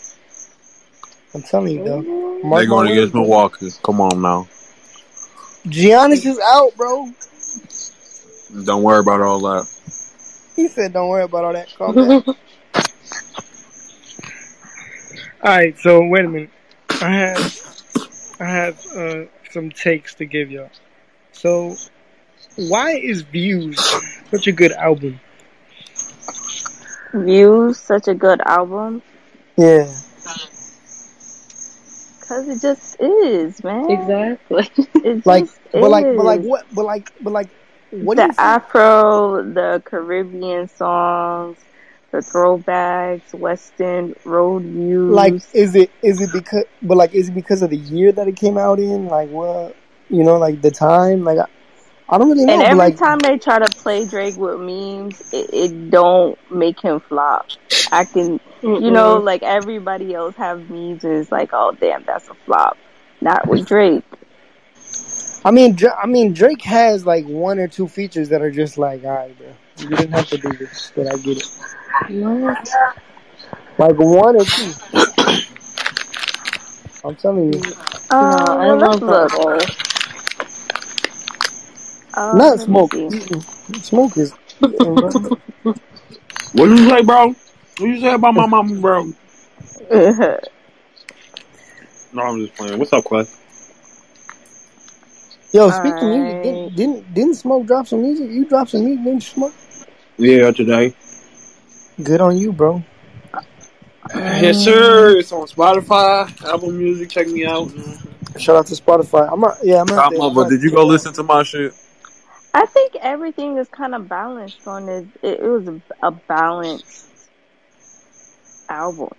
[SPEAKER 3] I'm telling you, though.
[SPEAKER 7] They're
[SPEAKER 3] Mark my
[SPEAKER 7] going against
[SPEAKER 3] words.
[SPEAKER 7] Milwaukee. Come on now.
[SPEAKER 3] Giannis is out, bro.
[SPEAKER 7] Don't worry about all that.
[SPEAKER 3] He said, "Don't worry about all that. Calm down." all right. So wait a minute. I have I have uh, some takes to give y'all. So why is Views such a good album?
[SPEAKER 2] Views, such a good album.
[SPEAKER 3] Yeah.
[SPEAKER 2] Because it just is, man.
[SPEAKER 5] Exactly.
[SPEAKER 2] It just
[SPEAKER 3] Like,
[SPEAKER 2] is.
[SPEAKER 3] but like, but like, what? But like, but like, what do
[SPEAKER 2] the
[SPEAKER 3] you think?
[SPEAKER 2] Afro, the Caribbean songs, the throwbacks, West End road views.
[SPEAKER 3] Like, is it is it because? But like, is it because of the year that it came out in? Like, what? You know, like the time. Like, I, I don't really
[SPEAKER 2] and
[SPEAKER 3] know. But
[SPEAKER 2] every
[SPEAKER 3] like,
[SPEAKER 2] time they try to play Drake with memes, it, it don't make him flop. I can, you know,
[SPEAKER 5] Mm-mm.
[SPEAKER 3] Mm-hmm.
[SPEAKER 2] like everybody else have memes and it's like, oh damn, that's a flop. Not with Drake.
[SPEAKER 3] I mean, Dra- I mean, Drake has like one or two features that are just like, all right, bro, you didn't have to do this, but I get it.
[SPEAKER 5] No.
[SPEAKER 3] Like one or two. I'm telling you,
[SPEAKER 5] No,
[SPEAKER 2] Uh,
[SPEAKER 5] I
[SPEAKER 2] well, let's
[SPEAKER 5] love that
[SPEAKER 2] look.
[SPEAKER 5] boy.
[SPEAKER 2] Uh,
[SPEAKER 3] not
[SPEAKER 2] let me
[SPEAKER 3] smoke.
[SPEAKER 2] see.
[SPEAKER 3] Mm-mm. Smoke is. mm,
[SPEAKER 4] what you say, bro? What you say about my mama, bro? No, I'm just playing. What's up, Clay?
[SPEAKER 3] Yo,
[SPEAKER 2] All
[SPEAKER 3] speaking of music,
[SPEAKER 2] right.
[SPEAKER 3] didn't didn't didn't smoke drop some music? You dropped some music, didn't you, smoke?
[SPEAKER 4] Yeah, today.
[SPEAKER 3] Good on you, bro.
[SPEAKER 4] Yes, sir. It's on Spotify, Apple Music. Check me out.
[SPEAKER 3] Shout out to Spotify. I'm not, yeah, I'm gonna have to. I'm gonna
[SPEAKER 7] Godmother,
[SPEAKER 3] have to
[SPEAKER 7] did you
[SPEAKER 3] check
[SPEAKER 7] go
[SPEAKER 3] it out.
[SPEAKER 7] listen to my shit?
[SPEAKER 2] I think everything is kind of balanced on this. It, it was a, a balanced album.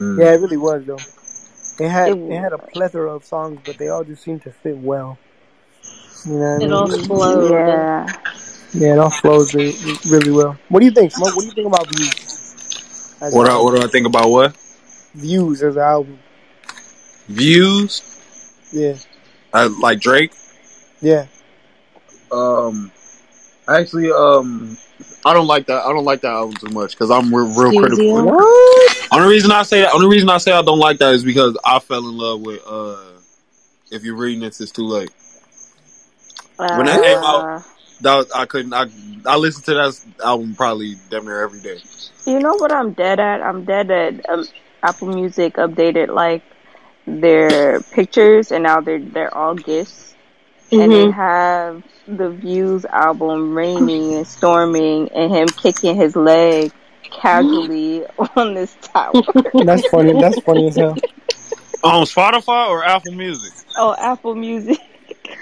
[SPEAKER 3] Yeah,
[SPEAKER 7] Mm.
[SPEAKER 3] it really was though. It had
[SPEAKER 5] It-
[SPEAKER 3] it had a plethora of songs, but they all just seemed to fit well. You know what I
[SPEAKER 5] It
[SPEAKER 3] mean?
[SPEAKER 5] all flowed.
[SPEAKER 2] Yeah.
[SPEAKER 3] yeah, it all flows re- really well. What do you think, Smoke? What do you think about views? As
[SPEAKER 4] What
[SPEAKER 3] an
[SPEAKER 4] I,
[SPEAKER 3] album?
[SPEAKER 4] what do I think about what
[SPEAKER 3] Views as an album.
[SPEAKER 4] views?
[SPEAKER 3] Yeah,
[SPEAKER 4] I, like Drake.
[SPEAKER 3] yeah.
[SPEAKER 4] Um, actually, um, I don't like that. I don't like that album too much because I'm real, real
[SPEAKER 5] Studio?
[SPEAKER 4] critical.
[SPEAKER 3] What?
[SPEAKER 4] Only reason I say that. Only reason I say I don't like that is because I fell in love with. uh If you're reading this, it's too late. When that came out,
[SPEAKER 2] Uh,
[SPEAKER 4] That was, I couldn't. I I listened to that album probably damn near every day.
[SPEAKER 2] you know what I'm dead at? I'm dead at um, Apple Music updated like their pictures, and now they're they're all gifts. and they
[SPEAKER 5] hmm
[SPEAKER 2] have the Views album raining and storming and him kicking his leg casually on this tower.
[SPEAKER 3] That's funny. That's funny as hell.
[SPEAKER 4] On Spotify or Apple Music?
[SPEAKER 2] Oh, Apple Music.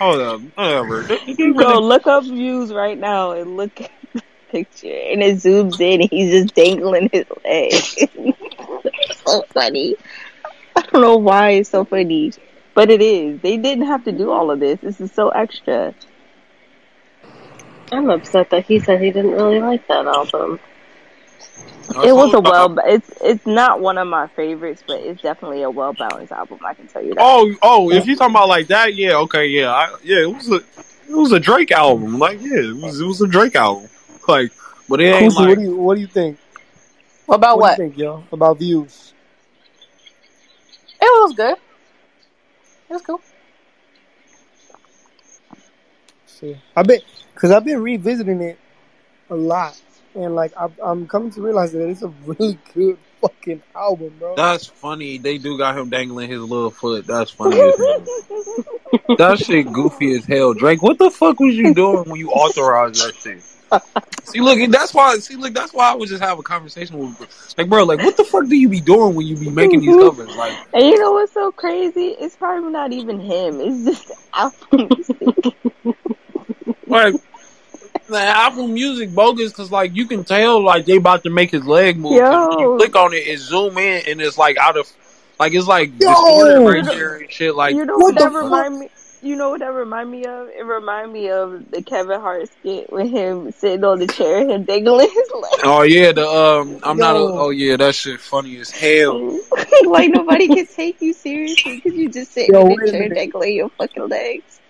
[SPEAKER 4] Hold up, whatever. Did, did they
[SPEAKER 2] Go
[SPEAKER 4] really?
[SPEAKER 2] look up Views right now and look at the picture. And it zooms in and he's just dangling his leg. so funny. I don't know why it's so funny. But it is. They didn't have to do all of this. This is so extra.
[SPEAKER 5] I'm upset that he said he didn't really like that album.
[SPEAKER 4] I
[SPEAKER 2] It was
[SPEAKER 4] told
[SPEAKER 2] a
[SPEAKER 4] y'all.
[SPEAKER 2] well. It's it's not one of my favorites, but it's definitely a well balanced album. I can tell you that.
[SPEAKER 4] Oh, oh, if you talking about like that, yeah, okay, yeah, I, yeah, it was a, it was a Drake album, like yeah, it was, it was a Drake album, like, but it ain't
[SPEAKER 3] Kusi, what
[SPEAKER 4] like
[SPEAKER 3] do you what do you think?
[SPEAKER 1] What about
[SPEAKER 3] What do you
[SPEAKER 1] what?
[SPEAKER 3] think, yo, about views?
[SPEAKER 1] It was good. It was cool.
[SPEAKER 3] Shit. I've been because I've been revisiting it a lot, and like I, I'm coming to realize that it's a really good fucking album, bro.
[SPEAKER 4] that's funny. They do got him dangling his little foot. That's funny as hell. That shit goofy as hell. Drake, what the fuck was you doing when you authorized that shit? See, look, and that's why. See, look, that's why I was just having a conversation with, like, bro, like, what the fuck do you be doing when you be making these covers? Like,
[SPEAKER 2] and you know what's so crazy? It's probably not even him. It's just Apple Music.
[SPEAKER 4] like the Apple Music bogus because like you can tell like they about to make his leg move because when you
[SPEAKER 2] Yo,
[SPEAKER 4] click on it, it zoom in and it's like out of like it's like distorted
[SPEAKER 3] Yo,
[SPEAKER 2] you
[SPEAKER 4] right
[SPEAKER 2] know,
[SPEAKER 4] there and shit. Like
[SPEAKER 2] you know what
[SPEAKER 3] what the
[SPEAKER 2] that
[SPEAKER 3] fuck?
[SPEAKER 2] remind me. You know what that remind me of? It remind me of the Kevin Hart skit with him sitting on the chair and him dangling his
[SPEAKER 4] oh yeah, the um I'm not a
[SPEAKER 3] Yo,
[SPEAKER 4] oh yeah that shit funny as hell.
[SPEAKER 2] leg. like nobody can take you seriously because you just sitting in
[SPEAKER 3] yo,
[SPEAKER 2] a
[SPEAKER 3] wait a
[SPEAKER 2] chair
[SPEAKER 3] minute.
[SPEAKER 2] dangling your fucking legs.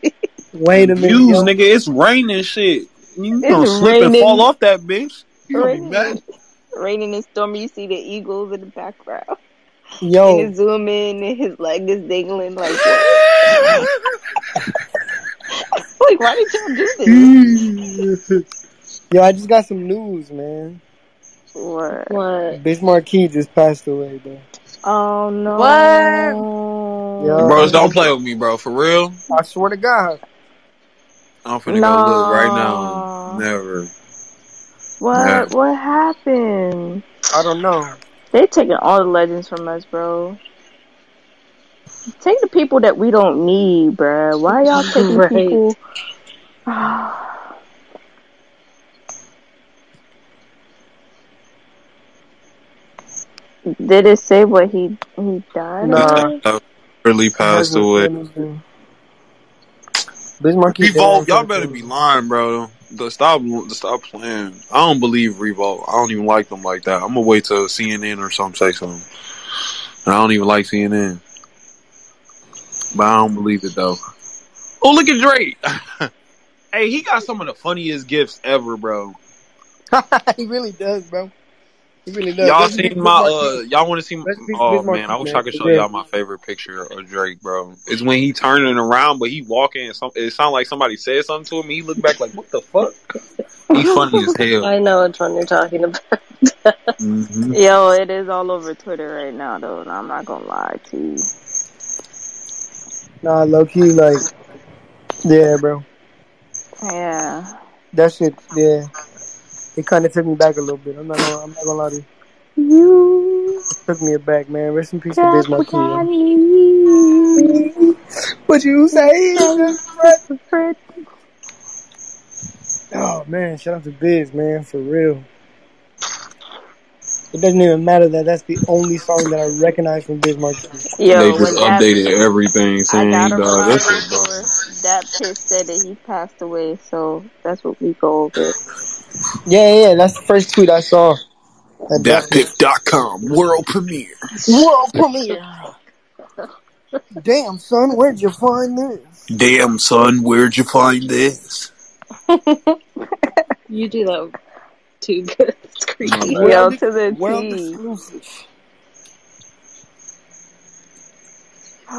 [SPEAKER 3] Wait a minute,
[SPEAKER 4] Views,
[SPEAKER 3] yo.
[SPEAKER 4] nigga, it's raining shit. You
[SPEAKER 2] It's
[SPEAKER 4] gonna slip and fall
[SPEAKER 2] raining,
[SPEAKER 4] off that bitch? You gonna be
[SPEAKER 2] raining,
[SPEAKER 4] mad?
[SPEAKER 2] and- raining and stormy. You see the eagles in the background, and
[SPEAKER 3] Yo,
[SPEAKER 2] it zoom in, and his leg is dangling. Like what? Like why did y'all do this?
[SPEAKER 3] yo, I just got some news, man.
[SPEAKER 2] What?
[SPEAKER 5] What?
[SPEAKER 3] Bitch Marquis just passed away, bro.
[SPEAKER 2] Oh
[SPEAKER 1] What?
[SPEAKER 2] no,
[SPEAKER 4] Bros,
[SPEAKER 3] Yo,
[SPEAKER 4] don't play with me, bro. For real,
[SPEAKER 3] I swear to God.
[SPEAKER 4] I'm finna go look right
[SPEAKER 2] no.
[SPEAKER 4] now. Never,
[SPEAKER 2] What?
[SPEAKER 4] never.
[SPEAKER 2] What happened?
[SPEAKER 3] I don't know.
[SPEAKER 2] They taking all the legends from us, bro. Take the people that we don't need, bruh. Why y'all taking
[SPEAKER 5] right.
[SPEAKER 2] people? Did it say what he he died
[SPEAKER 3] Nah,
[SPEAKER 2] of?
[SPEAKER 4] Really
[SPEAKER 3] it
[SPEAKER 4] passed
[SPEAKER 3] hasn't
[SPEAKER 4] away.
[SPEAKER 3] said anything. Bitch Marquis didn't
[SPEAKER 4] Revolt,
[SPEAKER 3] answer
[SPEAKER 4] y'all
[SPEAKER 3] the
[SPEAKER 4] better be
[SPEAKER 3] phone.
[SPEAKER 4] lying, bro. The stop, the stop playing. I don't believe Revolt. I don't even like them like that. I'm gonna wait till CNN or something say something. And I don't even like CNN, but I don't believe it though. Oh, look at Drake. hey, he got some of the funniest gifts ever, bro.
[SPEAKER 3] he really does, bro. He really does.
[SPEAKER 4] Y'all
[SPEAKER 3] Rest in peace,
[SPEAKER 4] seen
[SPEAKER 3] Bitch
[SPEAKER 4] my
[SPEAKER 3] Marquis.
[SPEAKER 4] uh? Y'all want to see? My,
[SPEAKER 3] Rest in peace,
[SPEAKER 4] oh
[SPEAKER 3] Bitch
[SPEAKER 4] man, I
[SPEAKER 3] Marquis,
[SPEAKER 4] wish I
[SPEAKER 3] man.
[SPEAKER 4] could
[SPEAKER 3] For
[SPEAKER 4] show y'all
[SPEAKER 3] real.
[SPEAKER 4] my favorite picture of Drake, bro. It's when he turning around, but he walking. And some, it sound like somebody said something to him. He look back like, what the fuck? He funny as hell.
[SPEAKER 5] I know which one you're talking about.
[SPEAKER 4] hmm
[SPEAKER 2] Um, Yo, it is all over Twitter right now, though. And I'm not gonna lie to you.
[SPEAKER 3] Nah, low key, like, yeah, bro.
[SPEAKER 2] Yeah,
[SPEAKER 3] That shit, yeah. It kind of took me back a little bit. I'm not gonna, I'm not gonna lie to you.
[SPEAKER 2] you
[SPEAKER 3] Took me aback, man. Rest in peace to Biz
[SPEAKER 2] just
[SPEAKER 3] Marquis.
[SPEAKER 2] what I
[SPEAKER 3] yo.
[SPEAKER 2] need.
[SPEAKER 3] What you say?
[SPEAKER 2] Some
[SPEAKER 3] Just what?
[SPEAKER 2] friend.
[SPEAKER 3] Oh man, shout out to Biz, man, for real. It doesn't even matter that that's the only song that I recognize from Bismarck.
[SPEAKER 2] Yo,
[SPEAKER 4] they
[SPEAKER 2] when
[SPEAKER 4] just
[SPEAKER 2] that,
[SPEAKER 4] updated everything
[SPEAKER 2] I
[SPEAKER 4] saying,
[SPEAKER 2] got a
[SPEAKER 4] dog,
[SPEAKER 2] reminder
[SPEAKER 4] this is
[SPEAKER 2] for that pitch said that he passed away, so that's what we go over.
[SPEAKER 3] Yeah, yeah, that's the first tweet I saw. That definitely-
[SPEAKER 7] Thatpick.com world premiere.
[SPEAKER 3] World premiere. Damn, son, where'd you find this?
[SPEAKER 7] Damn, son, where'd you find this?
[SPEAKER 2] You do that too good. It's
[SPEAKER 4] my
[SPEAKER 2] creepy.
[SPEAKER 4] bad.
[SPEAKER 2] Yo,
[SPEAKER 3] World,
[SPEAKER 2] to the
[SPEAKER 3] world
[SPEAKER 2] T.
[SPEAKER 3] exclusive.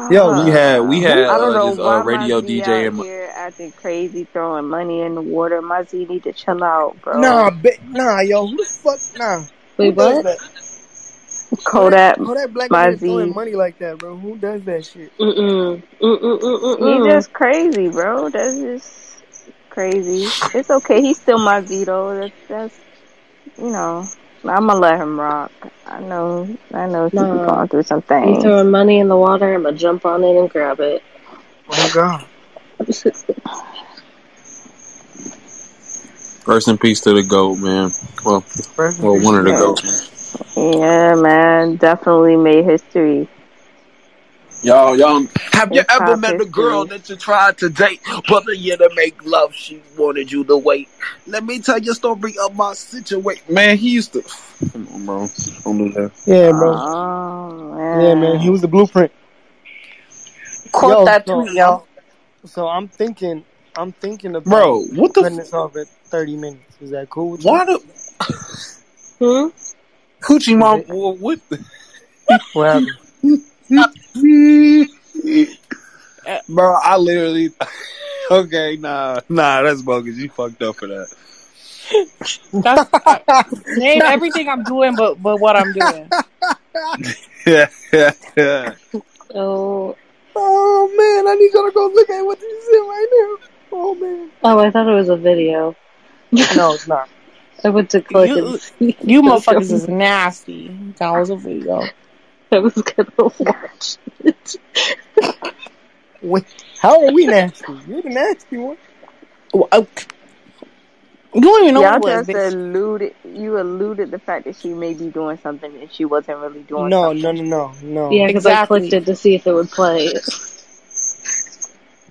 [SPEAKER 4] We
[SPEAKER 3] Yo,
[SPEAKER 4] had we had
[SPEAKER 2] I don't
[SPEAKER 4] uh,
[SPEAKER 2] know
[SPEAKER 4] this uh,
[SPEAKER 2] why my
[SPEAKER 4] radio
[SPEAKER 2] Z
[SPEAKER 4] DJ
[SPEAKER 2] out
[SPEAKER 4] and
[SPEAKER 2] here acting crazy, throwing money in the water. My Z need to chill out, bro.
[SPEAKER 3] nah, ba- nah, yo, who the fuck, nah, who
[SPEAKER 2] Oh. Wait,
[SPEAKER 3] does
[SPEAKER 2] what?
[SPEAKER 3] that? Kodak,
[SPEAKER 2] Kodak,
[SPEAKER 3] Kodak Black over
[SPEAKER 2] my
[SPEAKER 3] there throwing
[SPEAKER 2] Z.
[SPEAKER 3] money like that, bro. Who does that shit? Oh,
[SPEAKER 2] Mm-mm. He
[SPEAKER 5] Mm-mm-mm-mm-mm.
[SPEAKER 2] just crazy, bro. That's just crazy. It's okay. He's still my Z though. That's that's you know. I'm gonna let him rock. I know. I know he be
[SPEAKER 5] Nah,
[SPEAKER 2] going through some
[SPEAKER 5] you
[SPEAKER 2] things.
[SPEAKER 5] throwing money in the water, I'm gonna jump on it and grab it.
[SPEAKER 3] Oh God,
[SPEAKER 4] rest in peace to the goat, man. Well,
[SPEAKER 3] rest in
[SPEAKER 4] well,
[SPEAKER 3] peace
[SPEAKER 4] one
[SPEAKER 3] to
[SPEAKER 4] of the
[SPEAKER 3] God.
[SPEAKER 2] Yeah,
[SPEAKER 4] goats. Man.
[SPEAKER 2] yeah, man. Definitely made history.
[SPEAKER 7] Y'all, y'all, have you
[SPEAKER 2] Hip
[SPEAKER 7] ever
[SPEAKER 2] hop
[SPEAKER 7] met a girl
[SPEAKER 2] history.
[SPEAKER 7] that you tried to date, but the year to make love, she wanted you to wait? Let me tell you a story of my situation.
[SPEAKER 4] Man, he used to. Come on, bro. Don't do that.
[SPEAKER 3] Yeah, bro.
[SPEAKER 2] Oh
[SPEAKER 3] Yeah, man, he
[SPEAKER 2] man.
[SPEAKER 3] was the blueprint.
[SPEAKER 6] Quote
[SPEAKER 3] Yo,
[SPEAKER 6] that
[SPEAKER 3] so
[SPEAKER 6] tweet,
[SPEAKER 3] I'm,
[SPEAKER 6] y'all.
[SPEAKER 3] so I'm thinking, I'm thinking about
[SPEAKER 4] Bro, what the?
[SPEAKER 3] cutting
[SPEAKER 4] F-
[SPEAKER 3] this off at 30 minutes. Is that cool with y'all?
[SPEAKER 7] Why the
[SPEAKER 5] Hmm?
[SPEAKER 4] Coochie
[SPEAKER 3] Is
[SPEAKER 4] mom.
[SPEAKER 3] it?
[SPEAKER 4] wha- What?
[SPEAKER 3] What happened?
[SPEAKER 4] The- bro, I literally. Okay, nah, nah, that's bogus. You fucked up for that.
[SPEAKER 6] That's I, name everything I'm doing, but but what I'm doing.
[SPEAKER 4] Yeah, yeah, yeah.
[SPEAKER 5] Oh,
[SPEAKER 3] oh man, I need y'all to go look at what this is right now. Oh man.
[SPEAKER 5] oh, I thought it was a video.
[SPEAKER 3] No, it's not.
[SPEAKER 5] I went to click and
[SPEAKER 6] You
[SPEAKER 5] see.
[SPEAKER 6] you
[SPEAKER 5] I was
[SPEAKER 6] motherfuckers
[SPEAKER 5] gonna,
[SPEAKER 6] is nasty. That was a video.
[SPEAKER 5] I was gonna watch it.
[SPEAKER 3] Wait, how are we nasty? You're the nasty one.
[SPEAKER 6] Well, uh, You don't even know what it
[SPEAKER 2] Y'all
[SPEAKER 6] was,
[SPEAKER 2] just
[SPEAKER 6] bitch.
[SPEAKER 2] alluded. You alluded the fact that she may be doing something and she wasn't really doing
[SPEAKER 3] No, no,
[SPEAKER 2] something.
[SPEAKER 3] no, no, no.
[SPEAKER 5] Yeah, because I clicked
[SPEAKER 6] Exactly.
[SPEAKER 5] it to see if it would play.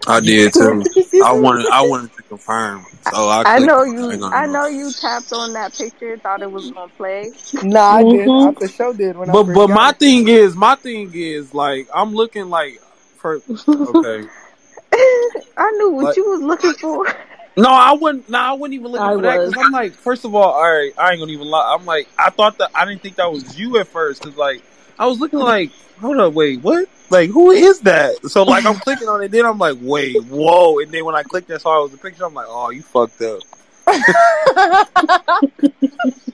[SPEAKER 4] I
[SPEAKER 3] You
[SPEAKER 4] did too.
[SPEAKER 3] clicked to see if
[SPEAKER 7] I
[SPEAKER 3] it would
[SPEAKER 7] wanted, I
[SPEAKER 3] play.
[SPEAKER 7] wanted to confirm, so I
[SPEAKER 2] I
[SPEAKER 7] clicked.
[SPEAKER 2] know
[SPEAKER 7] I ain't
[SPEAKER 2] you.
[SPEAKER 7] gonna
[SPEAKER 2] I
[SPEAKER 7] lie.
[SPEAKER 2] know you tapped on that picture, thought it was gonna play.
[SPEAKER 3] Nah, I did. I
[SPEAKER 5] Mm-hmm.
[SPEAKER 3] for sure did when I
[SPEAKER 8] But
[SPEAKER 3] first
[SPEAKER 8] but
[SPEAKER 3] got
[SPEAKER 8] my
[SPEAKER 3] it.
[SPEAKER 8] thing is, my thing is like I'm looking like for okay.
[SPEAKER 2] I knew what
[SPEAKER 8] Like
[SPEAKER 2] you was looking for.
[SPEAKER 8] no, I wouldn't. No, I wasn't even looking
[SPEAKER 5] I
[SPEAKER 8] for that because
[SPEAKER 5] was.
[SPEAKER 8] I'm like, first of all, all right, I ain't gonna even lie. I'm like, I thought that I didn't think that was you at first because like I was looking like, hold up, wait, what? Like who is that? So like I'm clicking on it, then I'm like, wait, whoa, and then when I clicked and saw it was a picture, I'm like, oh, you fucked up.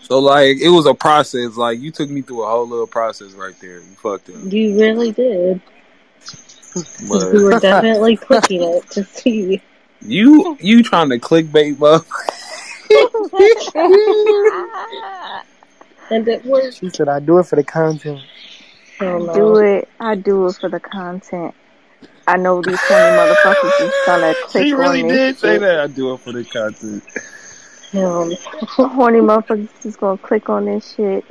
[SPEAKER 4] So like, it was a process. Like you took me through a whole little process right there. You fucked up,
[SPEAKER 5] You really did. Because
[SPEAKER 4] but
[SPEAKER 5] we were definitely clicking it to see.
[SPEAKER 4] you you trying to clickbait, bro? Ah.
[SPEAKER 5] And it worked.
[SPEAKER 3] She said, "I do it for the content."
[SPEAKER 5] Oh
[SPEAKER 2] I do
[SPEAKER 5] no.
[SPEAKER 2] it. I do it for the content. I know these funny motherfuckers is gonna
[SPEAKER 4] she
[SPEAKER 2] click on
[SPEAKER 4] really
[SPEAKER 2] this
[SPEAKER 4] did say
[SPEAKER 2] shit.
[SPEAKER 4] that. I do it for the content.
[SPEAKER 5] Hell
[SPEAKER 2] Horny motherfuckers is gonna click on this shit,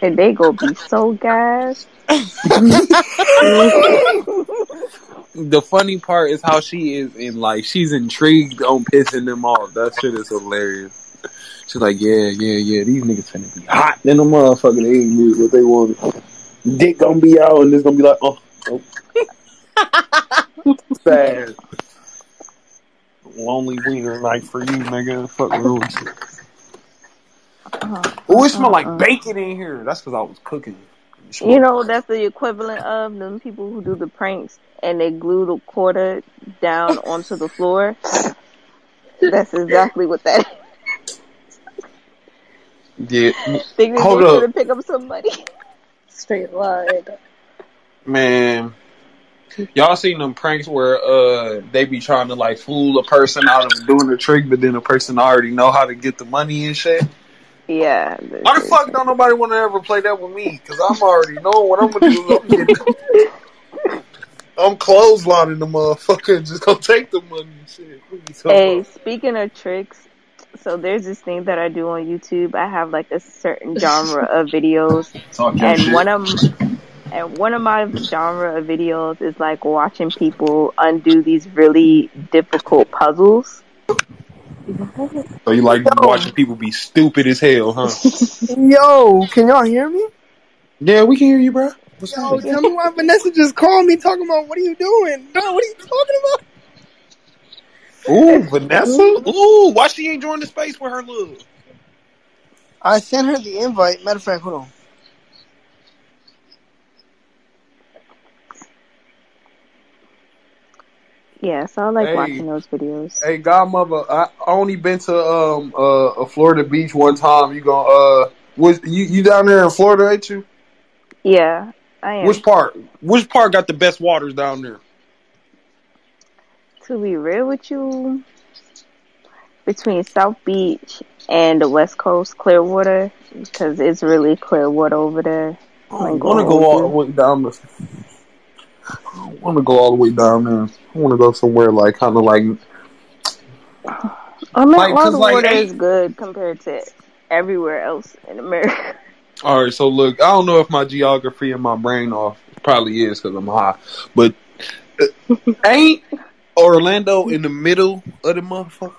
[SPEAKER 2] and they gonna be so gassed.
[SPEAKER 5] no.
[SPEAKER 4] The funny part is how she is in like she's intrigued on pissing them off. That shit is hilarious. She's like, yeah, yeah, yeah. These niggas finna be hot than a motherfucker. They ain't knew what they wanted. Dick gonna be out, and it's gonna be like, oh, oh sad, lonely wiener night for you, nigga. Fuck wrong with you.
[SPEAKER 2] Uh,
[SPEAKER 4] Oh,
[SPEAKER 2] uh,
[SPEAKER 4] it smell
[SPEAKER 2] uh,
[SPEAKER 4] like
[SPEAKER 2] uh.
[SPEAKER 4] bacon in here. That's because I was cooking. It
[SPEAKER 2] You
[SPEAKER 4] smell-
[SPEAKER 2] know, that's the equivalent of them people who do the pranks and they glue the quarter down onto the floor. That's exactly what that is.
[SPEAKER 4] Yeah.
[SPEAKER 2] Thinking
[SPEAKER 4] Hold
[SPEAKER 2] they
[SPEAKER 4] up,
[SPEAKER 2] finna pick up some money.
[SPEAKER 5] Straight lied.
[SPEAKER 4] man. Y'all seen them pranks where uh they be trying to like fool a person out of doing the trick, but then the person already know how to get the money and shit.
[SPEAKER 2] Yeah. this
[SPEAKER 4] Why the
[SPEAKER 2] is-
[SPEAKER 4] fuck don't nobody want to ever play that with me? Cause I'm already knowing what I'm gonna do. I'm getting, I'm clotheslining the motherfucker and just gonna take the money and shit. What you talking
[SPEAKER 2] Hey,
[SPEAKER 4] about?
[SPEAKER 2] speaking of tricks, so there's this thing that I do on YouTube. I have like a certain genre of videos
[SPEAKER 9] Talk your
[SPEAKER 2] and
[SPEAKER 9] shit.
[SPEAKER 2] one of and one of my genre of videos is like watching people undo these really difficult puzzles.
[SPEAKER 7] So you like watching people be stupid as hell, huh?
[SPEAKER 3] Yo, can y'all hear me?
[SPEAKER 7] Yeah, we can hear you, bro. What's
[SPEAKER 3] Yo,
[SPEAKER 7] up?
[SPEAKER 3] tell me why Vanessa just called me talking about what are you doing? No, what are you talking about?
[SPEAKER 7] Ooh, Vanessa.
[SPEAKER 3] Ooh.
[SPEAKER 10] Ooh, why she ain't joined the space with her look?
[SPEAKER 3] I sent her the invite. Matter of fact, hold on.
[SPEAKER 2] Yeah, so I like
[SPEAKER 4] Hey,
[SPEAKER 2] watching those videos.
[SPEAKER 4] hey, godmother. I I only been to um uh a Florida beach one time. You gonna uh was you you down there in Florida, ain't you?
[SPEAKER 2] Yeah, I am.
[SPEAKER 4] Which part? Which part got the best waters down there?
[SPEAKER 2] To be real with you, between South Beach and the West Coast, Clearwater, because it's really clear water over there.
[SPEAKER 4] I
[SPEAKER 2] I
[SPEAKER 4] don't
[SPEAKER 2] ain't
[SPEAKER 4] want to
[SPEAKER 2] going
[SPEAKER 4] Oh, go
[SPEAKER 2] with
[SPEAKER 4] all the
[SPEAKER 2] you.
[SPEAKER 4] way down. The, I don't want to go all the way down there. I want to go somewhere like kind of like
[SPEAKER 2] I mean,
[SPEAKER 4] like cause
[SPEAKER 2] Florida
[SPEAKER 4] like
[SPEAKER 2] water
[SPEAKER 4] ain't
[SPEAKER 2] is good compared to everywhere else in America.
[SPEAKER 4] All right, so look, I don't know if my geography and my brain off probably is because I'm high, but uh, ain't Orlando in the middle of the motherfucker,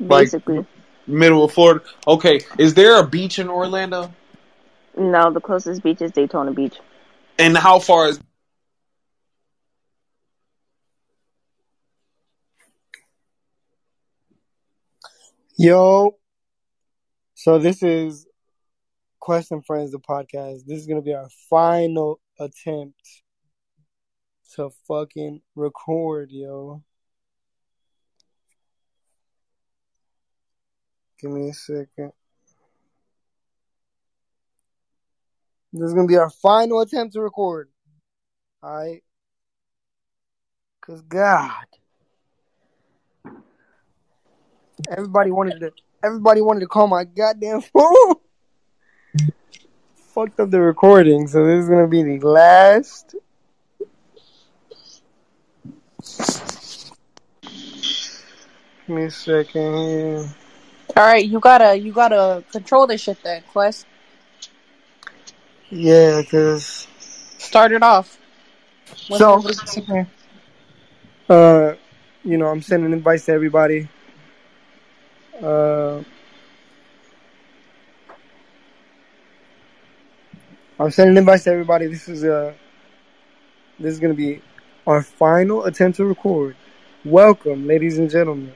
[SPEAKER 4] like
[SPEAKER 2] Basically,
[SPEAKER 4] middle of Florida? Okay, is there a beach in Orlando?
[SPEAKER 2] no, the closest beach is Daytona Beach.
[SPEAKER 4] And how far is?
[SPEAKER 3] Yo, so this is Question Friends, the podcast. This is gonna be our final attempt to fucking record, yo. Give me a second. This is gonna be our final attempt to record. Alright? Cause God. Everybody wanted to everybody wanted to call my goddamn phone. Fucked up the recording, so this is gonna be the last give me a second here.
[SPEAKER 1] All right, you gotta you gotta control this shit. Then quest
[SPEAKER 3] Yeah, cause
[SPEAKER 1] start it off. What's
[SPEAKER 3] so
[SPEAKER 1] everybody's name?
[SPEAKER 3] uh you know, I'm sending advice to everybody. Uh I'm sending advice to everybody. This is uh this is gonna be our final attempt to record. Welcome, ladies and gentlemen.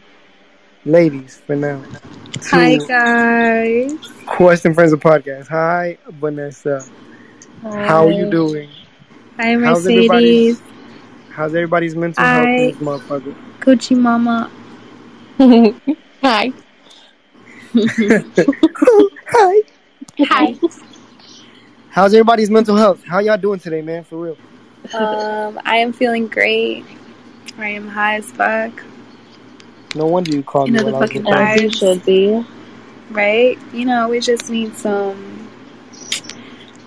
[SPEAKER 3] Ladies for now.
[SPEAKER 6] Hi
[SPEAKER 3] To
[SPEAKER 6] guys.
[SPEAKER 3] Question Friends of Podcast. Hi, Vanessa. How you
[SPEAKER 6] Hi.
[SPEAKER 3] doing?
[SPEAKER 6] Hi
[SPEAKER 3] How's everybody's
[SPEAKER 6] Mercedes.
[SPEAKER 3] how's everybody's mental health in
[SPEAKER 6] Hi
[SPEAKER 3] this motherfucker?
[SPEAKER 6] Gucci Mama.
[SPEAKER 1] Hi.
[SPEAKER 3] Hi.
[SPEAKER 6] Hi.
[SPEAKER 3] How's everybody's mental health? How y'all doing today, man? For real.
[SPEAKER 6] Um, I am feeling great. I am high as fuck.
[SPEAKER 3] No wonder you called
[SPEAKER 6] You
[SPEAKER 3] me
[SPEAKER 6] know the
[SPEAKER 3] while I was
[SPEAKER 6] fucking
[SPEAKER 3] recording.
[SPEAKER 5] As you
[SPEAKER 6] vibes,
[SPEAKER 5] should be.
[SPEAKER 6] right? You know, we just need some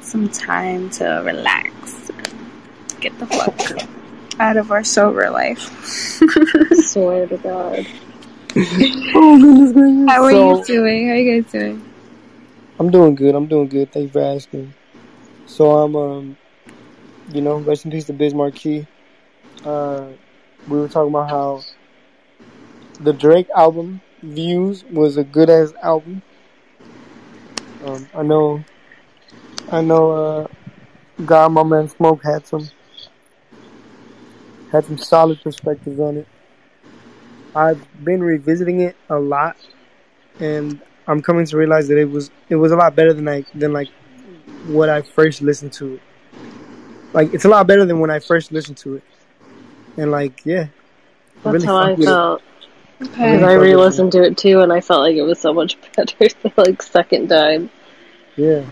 [SPEAKER 6] some time to relax. Get the fuck out of our sober life.
[SPEAKER 5] Swear to God.
[SPEAKER 3] Oh goodness gracious.
[SPEAKER 6] How are you
[SPEAKER 3] So
[SPEAKER 6] doing? How are you guys doing?
[SPEAKER 3] I'm doing good. I'm doing good. Thank you for asking. So I'm um you know rest in peace to Biz Marquee. Uh, we were talking about how the Drake album Views was a good ass album. Um, I know, I know. Uh, Godmama and Smoke had some had some solid perspectives on it. I've been revisiting it a lot, and I'm coming to realize that it was it was a lot better than I than like what I first listened to it. Like it's a lot better than when I first listened to it, and like yeah, I really
[SPEAKER 5] That's how
[SPEAKER 3] fuck
[SPEAKER 5] I
[SPEAKER 3] with it.
[SPEAKER 5] felt.
[SPEAKER 3] I
[SPEAKER 6] Okay.
[SPEAKER 5] Because
[SPEAKER 3] really
[SPEAKER 5] I
[SPEAKER 3] fuck with
[SPEAKER 5] re
[SPEAKER 3] it.
[SPEAKER 5] listened to it too and I felt like it was so much better the like second time.
[SPEAKER 3] Yeah,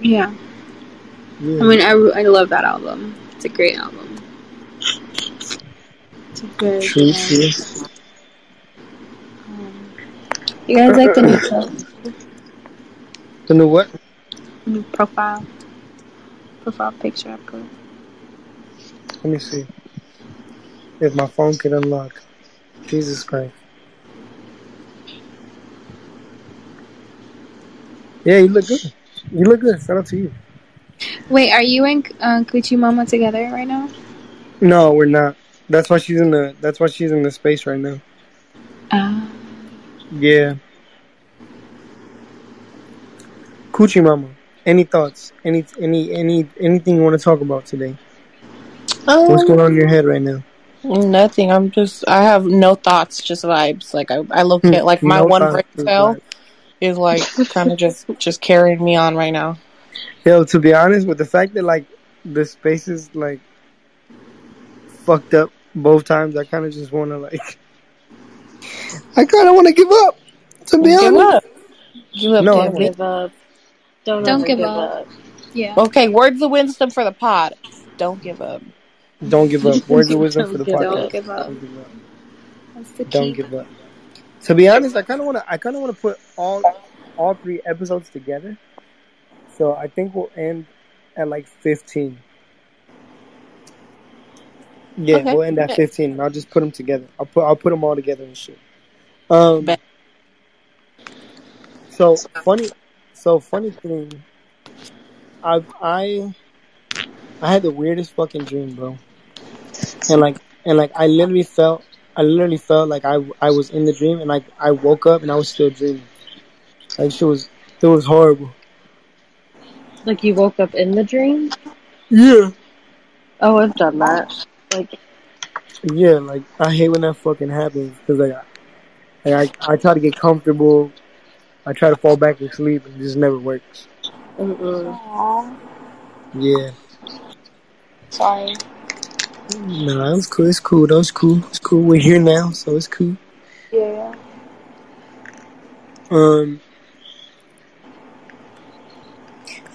[SPEAKER 6] Yeah. I
[SPEAKER 3] yeah.
[SPEAKER 6] mean, I, I love that album. It's a great album. It's a very
[SPEAKER 3] True,
[SPEAKER 6] good uh,
[SPEAKER 3] true.
[SPEAKER 6] album. Um, you guys like the new pro-
[SPEAKER 3] You know what?
[SPEAKER 6] new profile profile picture I put?
[SPEAKER 3] Let me see if my phone can unlock. Jesus Christ. Yeah, you look good. You look good. Shout out to you.
[SPEAKER 6] Wait, are you and uh, Coochie Mama together right now?
[SPEAKER 3] No, we're not. That's why she's in the. That's why she's in the space right now.
[SPEAKER 6] Uh,
[SPEAKER 3] Yeah. Coochie Mama. Any thoughts? Any any any anything you want to talk about today? What's going on in your head right now?
[SPEAKER 1] Um, Nothing. I'm just. I have no thoughts. Just vibes. Like I, I look at like my
[SPEAKER 3] Hmm. no
[SPEAKER 1] one
[SPEAKER 3] thoughts.
[SPEAKER 1] brain
[SPEAKER 3] just
[SPEAKER 1] cell
[SPEAKER 3] like-
[SPEAKER 1] is like kind of just just carrying me on right now.
[SPEAKER 3] Yo, to be honest, with the fact that like the space is like fucked up both times, I kind of just want to like. I kind of want to give up. To be
[SPEAKER 1] Give
[SPEAKER 3] honest.
[SPEAKER 1] up. Give up, damn
[SPEAKER 3] No, I
[SPEAKER 1] it.
[SPEAKER 5] Don't
[SPEAKER 3] won't.
[SPEAKER 5] give up. Don't
[SPEAKER 6] don't
[SPEAKER 5] ever
[SPEAKER 6] give
[SPEAKER 5] give
[SPEAKER 6] up.
[SPEAKER 5] up.
[SPEAKER 6] Yeah.
[SPEAKER 1] Okay, words of wisdom for the pod. Don't give up.
[SPEAKER 3] Don't give up. Words of wisdom for
[SPEAKER 5] Don't
[SPEAKER 3] the
[SPEAKER 5] give
[SPEAKER 3] podcast.
[SPEAKER 6] Don't
[SPEAKER 5] up.
[SPEAKER 3] Don't
[SPEAKER 6] give up.
[SPEAKER 3] give up.
[SPEAKER 6] That's the
[SPEAKER 3] Don't
[SPEAKER 6] key.
[SPEAKER 3] give up. To be honest, I kind of want to. I kind of want to put all all three episodes together. So I think we'll end at like fifteen. Yeah,
[SPEAKER 1] Okay.
[SPEAKER 3] we'll end at
[SPEAKER 1] Bet.
[SPEAKER 3] fifteen, and I'll just put them together. I'll put I'll put them all together and shit. Um.
[SPEAKER 1] Bet.
[SPEAKER 3] So funny. So funny thing. I've I I had the weirdest fucking dream, bro. And like and like I literally felt I literally felt like I I was in the dream, and like I woke up and I was still dreaming. Like she was. It was horrible.
[SPEAKER 5] Like you woke up in the dream?
[SPEAKER 3] Yeah.
[SPEAKER 5] Oh, I've done that. Like
[SPEAKER 3] Yeah, like I hate when that fucking happens because like, I, like I, I try to get comfortable, I try to fall back to sleep, and it just never works.
[SPEAKER 5] mm-mm.
[SPEAKER 6] Aw,
[SPEAKER 3] Yeah,
[SPEAKER 6] sorry.
[SPEAKER 3] nah, it was cool. It's cool. That was cool. It's cool. We're here now, so it's cool.
[SPEAKER 6] Yeah.
[SPEAKER 3] Um,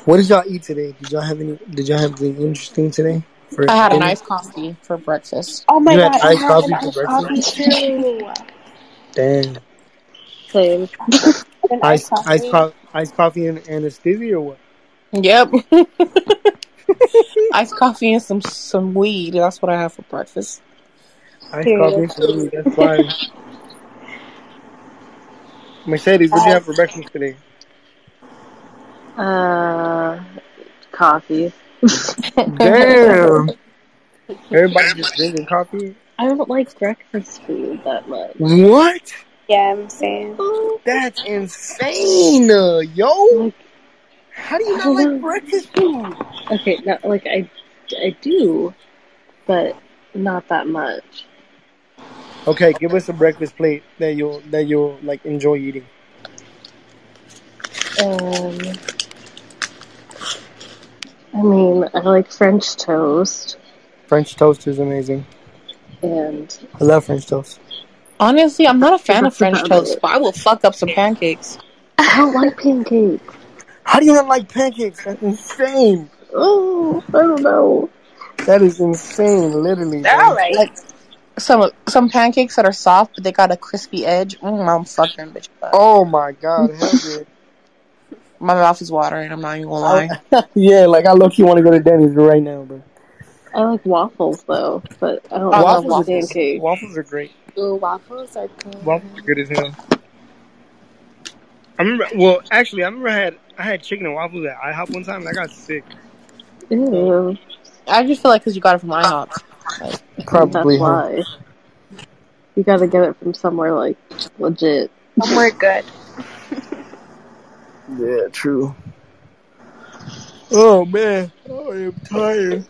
[SPEAKER 3] what did y'all eat today? Did y'all have any? Did y'all have anything interesting today for
[SPEAKER 1] I had an
[SPEAKER 3] dinner?
[SPEAKER 1] iced coffee for breakfast.
[SPEAKER 6] Oh my
[SPEAKER 3] You had
[SPEAKER 6] god, I
[SPEAKER 3] iced
[SPEAKER 6] had an
[SPEAKER 3] coffee for
[SPEAKER 6] iced
[SPEAKER 3] breakfast.
[SPEAKER 6] coffee too.
[SPEAKER 3] Damn,
[SPEAKER 5] Same.
[SPEAKER 6] An
[SPEAKER 3] iced
[SPEAKER 6] iced
[SPEAKER 3] iced
[SPEAKER 6] coffee.
[SPEAKER 3] coffee, iced coffee and anesthesia or what?
[SPEAKER 1] Yep. Iced coffee and some some weed. That's what I have for breakfast.
[SPEAKER 3] Iced coffee
[SPEAKER 6] Period.
[SPEAKER 3] and some weed. That's fire. Mercedes, what you have for breakfast today?
[SPEAKER 5] Uh, coffee.
[SPEAKER 3] Damn, everybody just drinking coffee.
[SPEAKER 5] I don't like breakfast food that much.
[SPEAKER 3] What?
[SPEAKER 6] Yeah, I'm saying.
[SPEAKER 3] That's insane, uh, yo.
[SPEAKER 5] Like
[SPEAKER 3] How do you
[SPEAKER 5] I
[SPEAKER 3] not
[SPEAKER 5] don't
[SPEAKER 3] like
[SPEAKER 5] know.
[SPEAKER 3] breakfast food?
[SPEAKER 5] Okay, not like I, I do, but not that much.
[SPEAKER 3] Okay, give us a breakfast plate that you'll that you'll like enjoy eating.
[SPEAKER 5] Um, I mean, I like French toast
[SPEAKER 3] French toast is amazing.
[SPEAKER 5] and
[SPEAKER 3] I love French toast.
[SPEAKER 1] Honestly, I'm not a fan of
[SPEAKER 5] that's
[SPEAKER 1] French
[SPEAKER 5] about
[SPEAKER 1] toast,
[SPEAKER 5] it.
[SPEAKER 1] but I will fuck up some pancakes.
[SPEAKER 5] I don't like pancakes.
[SPEAKER 3] How do you not like pancakes? That's insane.
[SPEAKER 5] Oh, I don't know.
[SPEAKER 3] That is insane, literally,
[SPEAKER 6] They're
[SPEAKER 3] bro.
[SPEAKER 6] alright.
[SPEAKER 1] Like some some pancakes that are soft, but they got a crispy edge. Mm, I'm fucking bitch up.
[SPEAKER 3] Oh my god, hell yeah.
[SPEAKER 1] My mouth is watering. I'm not even gonna
[SPEAKER 3] I,
[SPEAKER 1] lie.
[SPEAKER 3] yeah, like I look you want to go to Denny's right now, bro.
[SPEAKER 5] I like waffles though, but I don't
[SPEAKER 1] Oh, I love
[SPEAKER 5] like
[SPEAKER 3] Waffles are
[SPEAKER 1] waffles.
[SPEAKER 5] pancakes.
[SPEAKER 3] waffles are great.
[SPEAKER 6] Ooh, waffles are good.
[SPEAKER 3] Waffles are good as hell. I remember. Well, actually, I remember I had I had chicken and waffles at IHOP one time, and I got sick.
[SPEAKER 5] Ew,
[SPEAKER 1] I just feel like because you got it from IHOP. Like
[SPEAKER 3] Probably,
[SPEAKER 5] that's
[SPEAKER 3] huh?
[SPEAKER 5] why you gotta get it from somewhere like legit.
[SPEAKER 6] Somewhere good.
[SPEAKER 3] Yeah, true. Oh man, oh, I'm tired.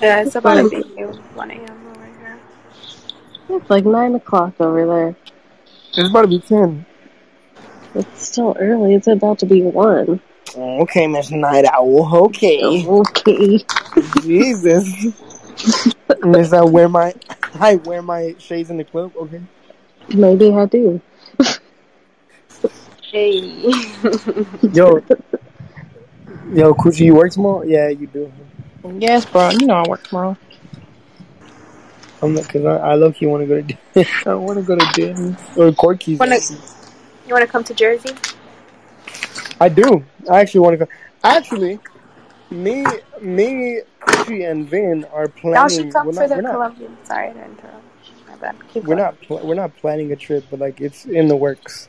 [SPEAKER 6] Yeah, Uh, it's about to
[SPEAKER 5] Like
[SPEAKER 6] be 1 a.m. over here.
[SPEAKER 5] it's like nine o'clock over there.
[SPEAKER 3] It's about to be ten.
[SPEAKER 5] It's still early. It's about to be one.
[SPEAKER 3] Oh, okay, Miss Night Owl. Okay,
[SPEAKER 5] Okay.
[SPEAKER 3] Jesus, Miss, I wear my I wear my shades in the club. Okay,
[SPEAKER 5] Maybe I do.
[SPEAKER 6] Hey.
[SPEAKER 3] yo, yo, Coochie, you work tomorrow? Yeah, you do.
[SPEAKER 1] yes, bro. You know I work tomorrow.
[SPEAKER 3] I'm not, cause I, I look, you want to go to Den- I want to go to Denny's or Corky's
[SPEAKER 6] Wanna,
[SPEAKER 3] actually.
[SPEAKER 6] you want to come to Jersey?
[SPEAKER 3] I do. I actually want to go. Actually, me, me, Coochie, and Vin are
[SPEAKER 6] Y'all should
[SPEAKER 3] planning.
[SPEAKER 6] come
[SPEAKER 3] We're
[SPEAKER 6] for
[SPEAKER 3] not.
[SPEAKER 6] the
[SPEAKER 3] We're not.
[SPEAKER 6] Colombian. Sorry to interrupt. My bad. Keep
[SPEAKER 3] We're
[SPEAKER 6] going.
[SPEAKER 3] not. Pl- we're not planning a trip, but like it's in the works.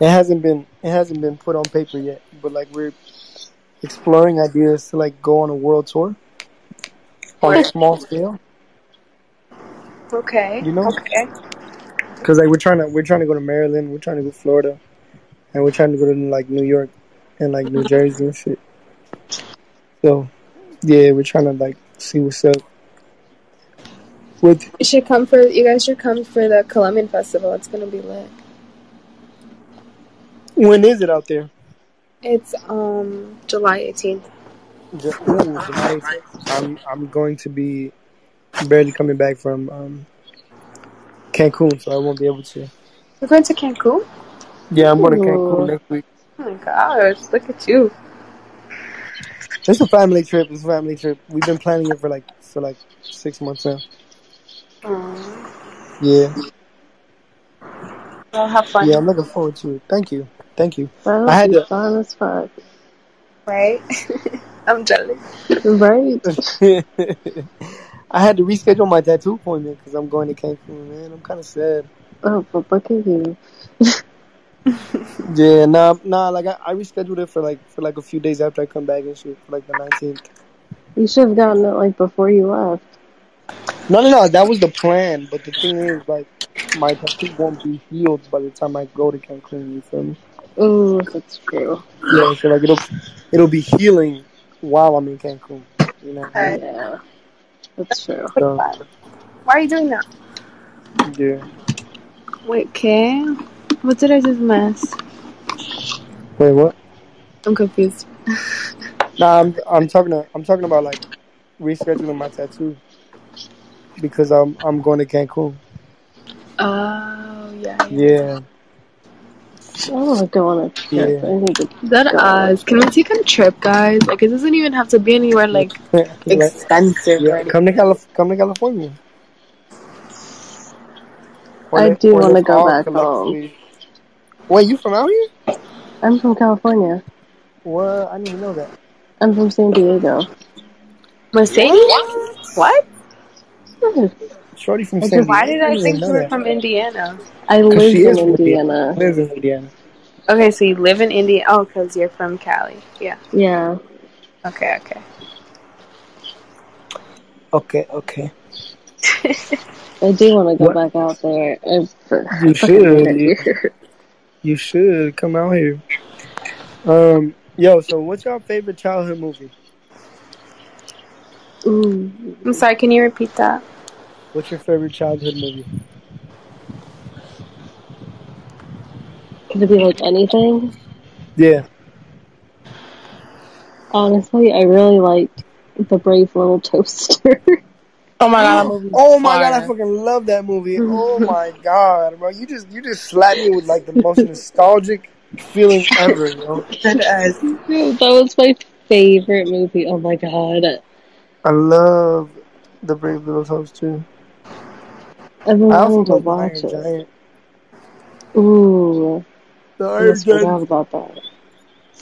[SPEAKER 3] It hasn't been it hasn't been put on paper yet, but like we're exploring ideas to like go on a world tour on a small scale,
[SPEAKER 6] Okay.
[SPEAKER 3] you know?
[SPEAKER 6] Okay.
[SPEAKER 3] Because like we're trying to we're trying to go to Maryland, we're trying to go to Florida, and we're trying to go to like New York and like New Jersey and shit. So yeah, we're trying to like see what's up with
[SPEAKER 6] You should come for you guys should come for the Colombian festival. It's gonna be lit.
[SPEAKER 3] when is it out there?
[SPEAKER 6] It's um July eighteenth.
[SPEAKER 3] Ju- Ooh, July 18th. I'm I'm going to be barely coming back from um, Cancun, so I won't be able to.
[SPEAKER 6] You're going to Cancun?
[SPEAKER 3] Yeah, I'm going to Cancun
[SPEAKER 5] Ooh.
[SPEAKER 3] next week.
[SPEAKER 6] Oh my gosh, look at you.
[SPEAKER 3] It's a family trip. It's a family trip. We've been planning it for like for like six months now.
[SPEAKER 6] Aw.
[SPEAKER 3] Yeah,
[SPEAKER 6] Well have
[SPEAKER 3] yeah.
[SPEAKER 6] fun.
[SPEAKER 3] I'm looking forward to it. Thank you, thank you. I
[SPEAKER 5] That'll
[SPEAKER 3] had
[SPEAKER 5] be
[SPEAKER 3] to.
[SPEAKER 5] fun as fuck.
[SPEAKER 6] Right? I'm jealous.
[SPEAKER 5] Right?
[SPEAKER 3] I had to reschedule my tattoo appointment because I'm going to Cancun, man. I'm kind of sad.
[SPEAKER 5] Oh, but look at you.
[SPEAKER 3] Yeah, nah, nah. Like I, I rescheduled it for like for like a few days after I come back and shit, for like the 19th.
[SPEAKER 5] You should have gotten it like before you left.
[SPEAKER 3] No, no, no. That was the plan, but the thing is, like, my tattoo won't be healed by the time I go to Cancun. You feel me?
[SPEAKER 5] Ooh, Mm, that's true.
[SPEAKER 3] Yeah, so like it'll it'll be healing while I'm in Cancun. You know what I mean?
[SPEAKER 6] Okay.
[SPEAKER 5] Yeah, that's true.
[SPEAKER 6] Wait,
[SPEAKER 3] So
[SPEAKER 6] why why are you doing that?
[SPEAKER 3] yeah.
[SPEAKER 6] Wait, okay. What did I just miss?
[SPEAKER 3] Wait, what?
[SPEAKER 6] I'm confused.
[SPEAKER 3] Nah, I'm I'm talking to, I'm talking about like rescheduling my tattoo because I'm I'm going to Cancun.
[SPEAKER 6] Oh yeah, yeah.
[SPEAKER 3] Yeah,
[SPEAKER 5] I want to go on a trip.
[SPEAKER 3] yeah.
[SPEAKER 5] I need to
[SPEAKER 6] That
[SPEAKER 5] go on a
[SPEAKER 6] us. Can we
[SPEAKER 5] trip.
[SPEAKER 6] take a trip, guys? Like it doesn't even have to be anywhere like
[SPEAKER 3] Like,
[SPEAKER 6] expensive or
[SPEAKER 3] yeah,
[SPEAKER 6] anything.
[SPEAKER 3] come to Calif- come to California. Or
[SPEAKER 5] I
[SPEAKER 3] let,
[SPEAKER 5] do
[SPEAKER 3] or
[SPEAKER 5] want
[SPEAKER 3] let's
[SPEAKER 5] to go
[SPEAKER 3] all
[SPEAKER 5] back home.
[SPEAKER 3] collectively. Wait, you from out here?
[SPEAKER 5] I'm from California.
[SPEAKER 3] Well, I didn't even know that.
[SPEAKER 5] I'm from San Diego.
[SPEAKER 6] Mercedes?
[SPEAKER 3] What?
[SPEAKER 6] What?
[SPEAKER 5] Yeah,
[SPEAKER 3] Shorty from
[SPEAKER 5] I
[SPEAKER 3] San
[SPEAKER 5] just
[SPEAKER 6] Why
[SPEAKER 3] Diego.
[SPEAKER 6] did
[SPEAKER 3] I
[SPEAKER 6] I
[SPEAKER 3] didn't even
[SPEAKER 6] think you
[SPEAKER 3] know
[SPEAKER 6] were
[SPEAKER 3] that.
[SPEAKER 6] from Indiana?
[SPEAKER 3] Cause
[SPEAKER 5] I
[SPEAKER 3] Oh, she
[SPEAKER 5] lived in
[SPEAKER 3] is from Indiana.
[SPEAKER 5] Indiana.
[SPEAKER 3] Lives in Indiana.
[SPEAKER 6] Okay, so you live in Indiana. Oh, because you're from Cali. Yeah.
[SPEAKER 5] Yeah,
[SPEAKER 6] Okay, okay.
[SPEAKER 3] Okay, okay.
[SPEAKER 5] I do want to go
[SPEAKER 3] What?
[SPEAKER 5] back out there. I
[SPEAKER 3] You
[SPEAKER 5] fucking hate
[SPEAKER 3] should.
[SPEAKER 5] it
[SPEAKER 3] You,
[SPEAKER 5] here.
[SPEAKER 3] you should come out here. Um, yo. So, what's your favorite childhood movie?
[SPEAKER 5] Ooh.
[SPEAKER 6] I'm sorry, can you repeat that?
[SPEAKER 3] What's your favorite childhood movie?
[SPEAKER 5] Could it be like anything?
[SPEAKER 3] Yeah.
[SPEAKER 5] Honestly, I really liked the Brave Little Toaster.
[SPEAKER 1] Oh my god, that movie's
[SPEAKER 3] Oh my god, I
[SPEAKER 1] fire.
[SPEAKER 3] fucking love that movie. Oh
[SPEAKER 5] I
[SPEAKER 3] my god, bro, you just you just slapped me with like the most nostalgic feeling ever, yo.
[SPEAKER 6] That is.
[SPEAKER 5] know, that was my favorite movie. Oh my god.
[SPEAKER 3] I love the Brave Little Toast too.
[SPEAKER 5] I've been
[SPEAKER 3] I also
[SPEAKER 5] wanting to
[SPEAKER 3] love the
[SPEAKER 5] watch
[SPEAKER 3] Iron
[SPEAKER 5] it.
[SPEAKER 3] Giant.
[SPEAKER 5] Ooh,
[SPEAKER 3] The
[SPEAKER 5] I
[SPEAKER 3] Iron
[SPEAKER 5] almost
[SPEAKER 3] Giant
[SPEAKER 5] forgot about that.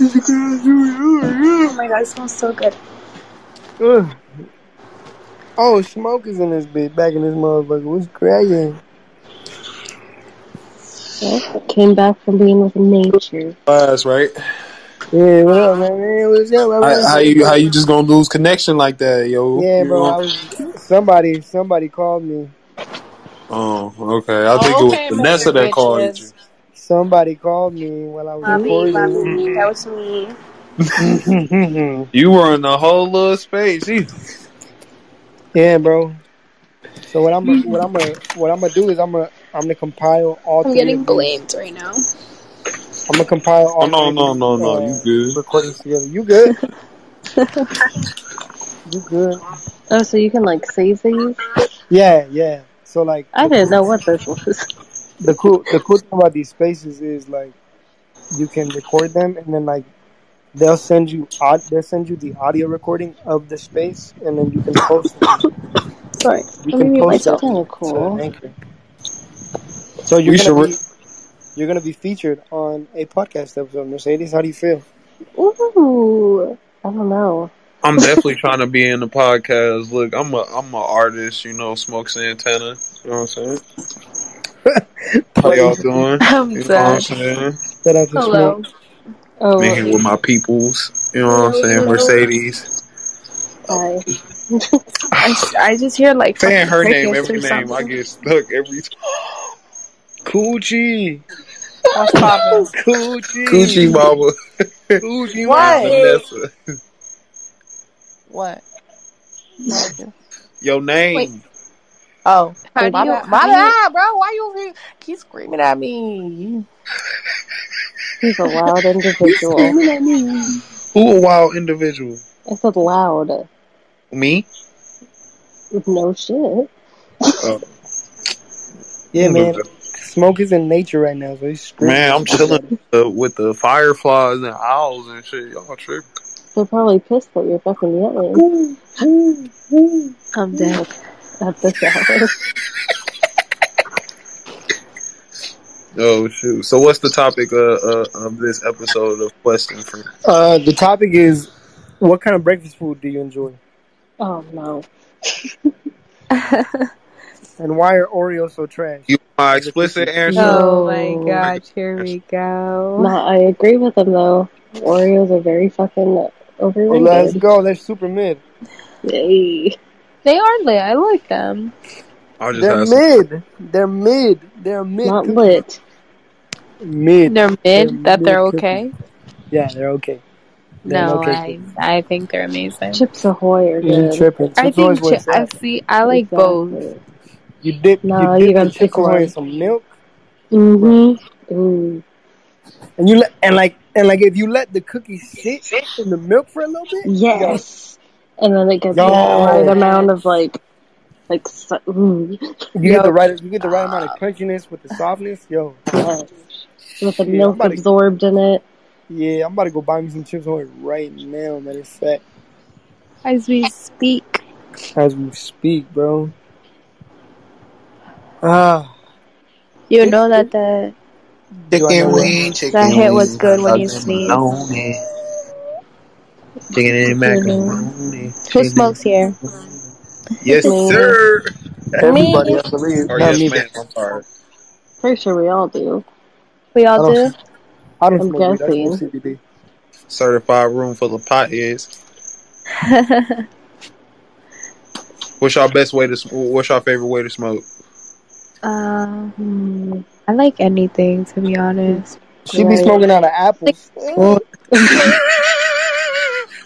[SPEAKER 3] is the greatest movie
[SPEAKER 6] Oh my god, it smells so good.
[SPEAKER 3] ever. Ugh. Oh, smoke is in this bitch, back in this motherfucker. What's cracking?
[SPEAKER 5] Well, I came back from being with nature.
[SPEAKER 7] Class, right?
[SPEAKER 3] Yeah, what up, man? man what's up? All
[SPEAKER 7] How,
[SPEAKER 3] right,
[SPEAKER 7] how
[SPEAKER 3] bro.
[SPEAKER 7] you how you just gonna lose connection like that, yo?
[SPEAKER 3] Yeah,
[SPEAKER 7] You
[SPEAKER 3] bro. I
[SPEAKER 7] know?
[SPEAKER 3] was somebody. Somebody called me.
[SPEAKER 7] Oh, okay. I think it was
[SPEAKER 1] Okay,
[SPEAKER 7] Vanessa
[SPEAKER 1] Mr.
[SPEAKER 7] that called
[SPEAKER 1] Bitches.
[SPEAKER 7] you.
[SPEAKER 3] Somebody called me while I was
[SPEAKER 6] Mommy,
[SPEAKER 3] recording.
[SPEAKER 6] mommy, that was me.
[SPEAKER 7] You were in a whole little space. You-
[SPEAKER 3] yeah, bro. So what I'm a, what I'm a, what I'm gonna do is I'm gonna I'm gonna compile all
[SPEAKER 6] I'm
[SPEAKER 3] three
[SPEAKER 6] getting
[SPEAKER 3] of these.
[SPEAKER 6] blamed right now.
[SPEAKER 3] I'm gonna compile
[SPEAKER 7] Oh
[SPEAKER 3] all
[SPEAKER 7] no,
[SPEAKER 3] three of
[SPEAKER 7] no,
[SPEAKER 3] these
[SPEAKER 7] no, no. You
[SPEAKER 3] uh,
[SPEAKER 7] good?
[SPEAKER 3] recordings together. You good? You good?
[SPEAKER 5] Oh, so you can like save these?
[SPEAKER 3] Yeah, yeah. So like
[SPEAKER 5] I
[SPEAKER 3] the
[SPEAKER 5] didn't
[SPEAKER 3] cool
[SPEAKER 5] know what this was.
[SPEAKER 3] the cool the cool thing about these spaces is like you can record them and then like they'll send you au- they'll send you the audio recording of the space and then you can post them.
[SPEAKER 6] Sorry.
[SPEAKER 3] You
[SPEAKER 6] Let me
[SPEAKER 3] can
[SPEAKER 6] mute
[SPEAKER 3] post
[SPEAKER 5] That's
[SPEAKER 3] them
[SPEAKER 6] myself.
[SPEAKER 5] kind of
[SPEAKER 3] to
[SPEAKER 5] cool.
[SPEAKER 3] Anchor. So you're
[SPEAKER 7] We
[SPEAKER 3] gonna
[SPEAKER 7] should. Re-
[SPEAKER 3] be you're gonna be featured on a podcast episode. Mercedes, how do you feel?
[SPEAKER 5] Ooh, I don't know.
[SPEAKER 7] I'm definitely trying to be in the podcast. Look, I'm a I'm a artist. You know, Smoke Santana. You know what I'm saying? How
[SPEAKER 3] Funny.
[SPEAKER 7] y'all doing?
[SPEAKER 6] I'm
[SPEAKER 7] You know what I'm
[SPEAKER 6] dead.
[SPEAKER 7] saying?
[SPEAKER 3] that I can smoke.
[SPEAKER 6] Hello.
[SPEAKER 5] Oh,
[SPEAKER 10] Been here with my peoples. You know what I'm saying? Mercedes.
[SPEAKER 5] hi.
[SPEAKER 6] I, s- I just hear like
[SPEAKER 10] Saying
[SPEAKER 6] fucking
[SPEAKER 10] her name
[SPEAKER 6] crickets
[SPEAKER 10] every
[SPEAKER 6] or
[SPEAKER 10] name, I
[SPEAKER 6] something.
[SPEAKER 10] get stuck every time.
[SPEAKER 9] Coochie.
[SPEAKER 1] What's poppin'?
[SPEAKER 9] Coochie.
[SPEAKER 10] Coochie mama.
[SPEAKER 9] Coochie
[SPEAKER 10] That's
[SPEAKER 9] mama.
[SPEAKER 1] What?
[SPEAKER 10] Vanessa.
[SPEAKER 1] What? Marcus?
[SPEAKER 9] Your
[SPEAKER 6] Wait,
[SPEAKER 9] name.
[SPEAKER 1] Oh,
[SPEAKER 6] how do
[SPEAKER 1] my
[SPEAKER 6] you
[SPEAKER 1] bad,
[SPEAKER 6] how
[SPEAKER 1] my
[SPEAKER 6] do you
[SPEAKER 1] bad, bro. Why you over here keep screaming at me?
[SPEAKER 5] He's a loud
[SPEAKER 10] You
[SPEAKER 5] individual.
[SPEAKER 10] screaming at me. Who a wild individual?
[SPEAKER 5] I said loud.
[SPEAKER 9] Me?
[SPEAKER 5] No shit.
[SPEAKER 10] Oh,
[SPEAKER 3] Yeah, man. Smoke is in nature right now, so he's screaming
[SPEAKER 10] man,
[SPEAKER 3] the
[SPEAKER 10] I'm
[SPEAKER 3] fuck
[SPEAKER 10] chilling
[SPEAKER 3] out of it.
[SPEAKER 10] uh, with the fireflies and owls and shit. Y'all tripping.
[SPEAKER 5] They're probably pissed that you're fucking yelling
[SPEAKER 6] I'm dead.
[SPEAKER 5] at this hour.
[SPEAKER 10] Oh shoot! So what's the topic uh, uh, of this episode of Question for?
[SPEAKER 3] Uh, the topic is what kind of breakfast food do you enjoy,
[SPEAKER 5] Oh no.
[SPEAKER 3] and why are Oreos so trash?
[SPEAKER 10] You want my
[SPEAKER 3] Is a
[SPEAKER 10] explicit
[SPEAKER 3] question.
[SPEAKER 10] answer?
[SPEAKER 6] Oh my
[SPEAKER 5] Yo.
[SPEAKER 6] gosh, here we go.
[SPEAKER 5] Nah, I agree with them though. Oreos are very fucking
[SPEAKER 3] Oh, let's
[SPEAKER 5] overrated.
[SPEAKER 3] go. That's super mid.
[SPEAKER 5] Yay.
[SPEAKER 6] They are lit. I like them.
[SPEAKER 10] I just
[SPEAKER 3] They're
[SPEAKER 10] had some.
[SPEAKER 3] mid. They're mid. They're mid
[SPEAKER 5] Not
[SPEAKER 3] cookies.
[SPEAKER 5] lit.
[SPEAKER 3] Mid.
[SPEAKER 6] They're
[SPEAKER 3] They're
[SPEAKER 6] mid that they're
[SPEAKER 3] mid cookies.
[SPEAKER 6] okay.
[SPEAKER 3] Yeah, they're okay. They're an
[SPEAKER 6] No,
[SPEAKER 3] okay
[SPEAKER 6] I
[SPEAKER 3] cookie.
[SPEAKER 6] I think they're amazing.
[SPEAKER 5] Chips Ahoy are
[SPEAKER 3] You
[SPEAKER 5] good.
[SPEAKER 3] tripping?
[SPEAKER 6] I
[SPEAKER 3] Chips Ahoy's
[SPEAKER 6] think
[SPEAKER 3] where
[SPEAKER 6] chi-
[SPEAKER 3] it's
[SPEAKER 6] I
[SPEAKER 3] at.
[SPEAKER 6] see. I like both.
[SPEAKER 5] Exactly.
[SPEAKER 3] You dip. You
[SPEAKER 5] No, you
[SPEAKER 3] dip your
[SPEAKER 5] gotta stick
[SPEAKER 3] Chips
[SPEAKER 5] to
[SPEAKER 3] Ahoy in
[SPEAKER 5] one.
[SPEAKER 3] some milk, bro.
[SPEAKER 5] Mm-hmm. Ooh.
[SPEAKER 3] And you let and like and like if you let the cookie sit in the milk for a little bit, yo,
[SPEAKER 5] Yes. And then it gets that right
[SPEAKER 3] yo,
[SPEAKER 5] amount of
[SPEAKER 6] Yes.
[SPEAKER 5] like, like, so- ooh.
[SPEAKER 3] you get
[SPEAKER 6] Yo,
[SPEAKER 3] the right you get the right amount of
[SPEAKER 6] stop.
[SPEAKER 3] crunchiness with the softness, yo.
[SPEAKER 5] Yes. With the
[SPEAKER 3] Shit, I'm
[SPEAKER 5] milk
[SPEAKER 3] about to
[SPEAKER 5] absorbed in it.
[SPEAKER 3] yeah, I'm about to go buy me some chips on right now. Matter of fact,
[SPEAKER 6] As we speak.
[SPEAKER 3] as we speak, bro. Ah,
[SPEAKER 6] You
[SPEAKER 3] it,
[SPEAKER 6] know that
[SPEAKER 3] it,
[SPEAKER 6] the
[SPEAKER 3] do I know
[SPEAKER 10] Chicken
[SPEAKER 3] that?
[SPEAKER 10] wing,
[SPEAKER 6] that
[SPEAKER 10] chicken
[SPEAKER 6] hit was
[SPEAKER 10] wing,
[SPEAKER 6] good when
[SPEAKER 10] hot
[SPEAKER 6] you
[SPEAKER 10] and
[SPEAKER 6] sneeze.
[SPEAKER 10] bologna, chicken and
[SPEAKER 5] You know,
[SPEAKER 10] macaroni,
[SPEAKER 6] Who
[SPEAKER 10] chicken
[SPEAKER 6] smokes here?
[SPEAKER 10] and bologna. Yes,
[SPEAKER 5] me.
[SPEAKER 10] sir.
[SPEAKER 3] Everybody,
[SPEAKER 1] Me,
[SPEAKER 3] I believe.
[SPEAKER 10] Or
[SPEAKER 3] Not
[SPEAKER 10] Oh, yes,
[SPEAKER 3] me
[SPEAKER 10] ma'am.
[SPEAKER 3] though.
[SPEAKER 10] I'm sorry.
[SPEAKER 5] Pretty sure we all do.
[SPEAKER 6] We all
[SPEAKER 3] I don't.
[SPEAKER 6] do.
[SPEAKER 3] I don't
[SPEAKER 5] I'm
[SPEAKER 3] smoke weed. I smoke
[SPEAKER 5] guessing.
[SPEAKER 3] CBD.
[SPEAKER 10] Certified room full of pot is. What's your best way to? sm- What's your favorite way to smoke?
[SPEAKER 6] um,
[SPEAKER 5] Hmm.
[SPEAKER 6] I like anything to be honest.
[SPEAKER 3] She be
[SPEAKER 5] Right.
[SPEAKER 3] smoking out of
[SPEAKER 6] Like,
[SPEAKER 3] apples.
[SPEAKER 10] What?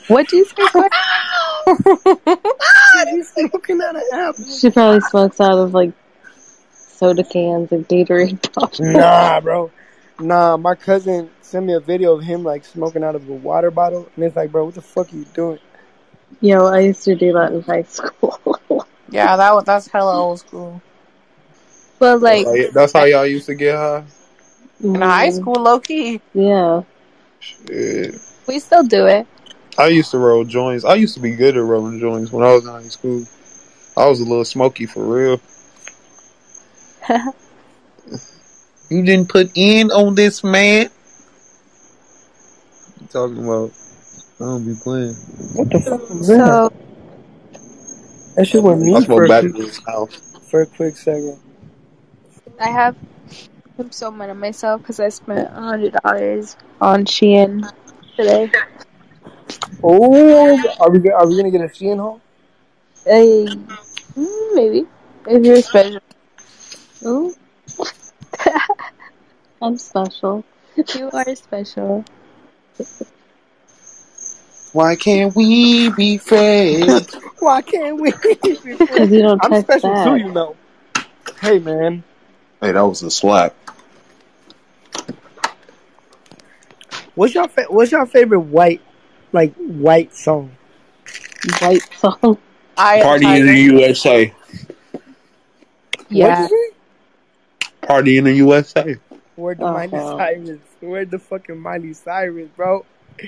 [SPEAKER 6] what'd you say, Claire?
[SPEAKER 3] she be smoking out of apples.
[SPEAKER 5] She probably smokes out of like soda cans and Gatorade bottles.
[SPEAKER 3] Nah, bro. Nah, my cousin sent me a video of him like smoking out of a water bottle, and it's like, bro, what the fuck are you doing?
[SPEAKER 5] Yo, I used to do that in high school.
[SPEAKER 1] yeah, that was that's hella old school.
[SPEAKER 6] But
[SPEAKER 10] That's
[SPEAKER 6] like,
[SPEAKER 10] how, y- that's how y'all used to get high.
[SPEAKER 1] In high
[SPEAKER 5] mm,
[SPEAKER 1] school, low key.
[SPEAKER 5] yeah.
[SPEAKER 10] Yeah.
[SPEAKER 6] we still do it.
[SPEAKER 10] I used to roll joints. I used to be good at rolling joints when I was in high school. I was a little smoky for real. You didn't put in on this man. You talking about? I don't be playing.
[SPEAKER 3] What the fuck was that?
[SPEAKER 6] so
[SPEAKER 3] That shit went
[SPEAKER 10] I
[SPEAKER 3] mute for
[SPEAKER 10] smoke
[SPEAKER 3] a quick
[SPEAKER 10] backwards now.
[SPEAKER 3] for a quick second.
[SPEAKER 6] I have I'm so mad at myself because I spent a hundred dollars on Shein today.
[SPEAKER 3] Oh, are we go- are we gonna get a Shein haul?
[SPEAKER 6] Hey, mm, maybe if you're special.
[SPEAKER 5] Ooh, I'm special.
[SPEAKER 6] You are special.
[SPEAKER 10] Why can't we be friends?
[SPEAKER 3] Why can't we be
[SPEAKER 5] Because
[SPEAKER 3] friends?
[SPEAKER 5] you don't
[SPEAKER 3] I'm
[SPEAKER 5] text
[SPEAKER 3] special too,
[SPEAKER 5] back.
[SPEAKER 3] you know. Hey, man.
[SPEAKER 10] Hey, that was a slap.
[SPEAKER 3] What's your fa- what's your favorite white like white song?
[SPEAKER 5] White song.
[SPEAKER 1] Eye of the
[SPEAKER 10] Party in
[SPEAKER 1] tiger.
[SPEAKER 10] the USA.
[SPEAKER 3] What'd you
[SPEAKER 6] Yeah.
[SPEAKER 3] say?
[SPEAKER 10] Party in the USA.
[SPEAKER 3] Where the
[SPEAKER 5] Oh,
[SPEAKER 3] Miley
[SPEAKER 5] hell.
[SPEAKER 3] Cyrus? Where the fucking Miley Cyrus, bro? I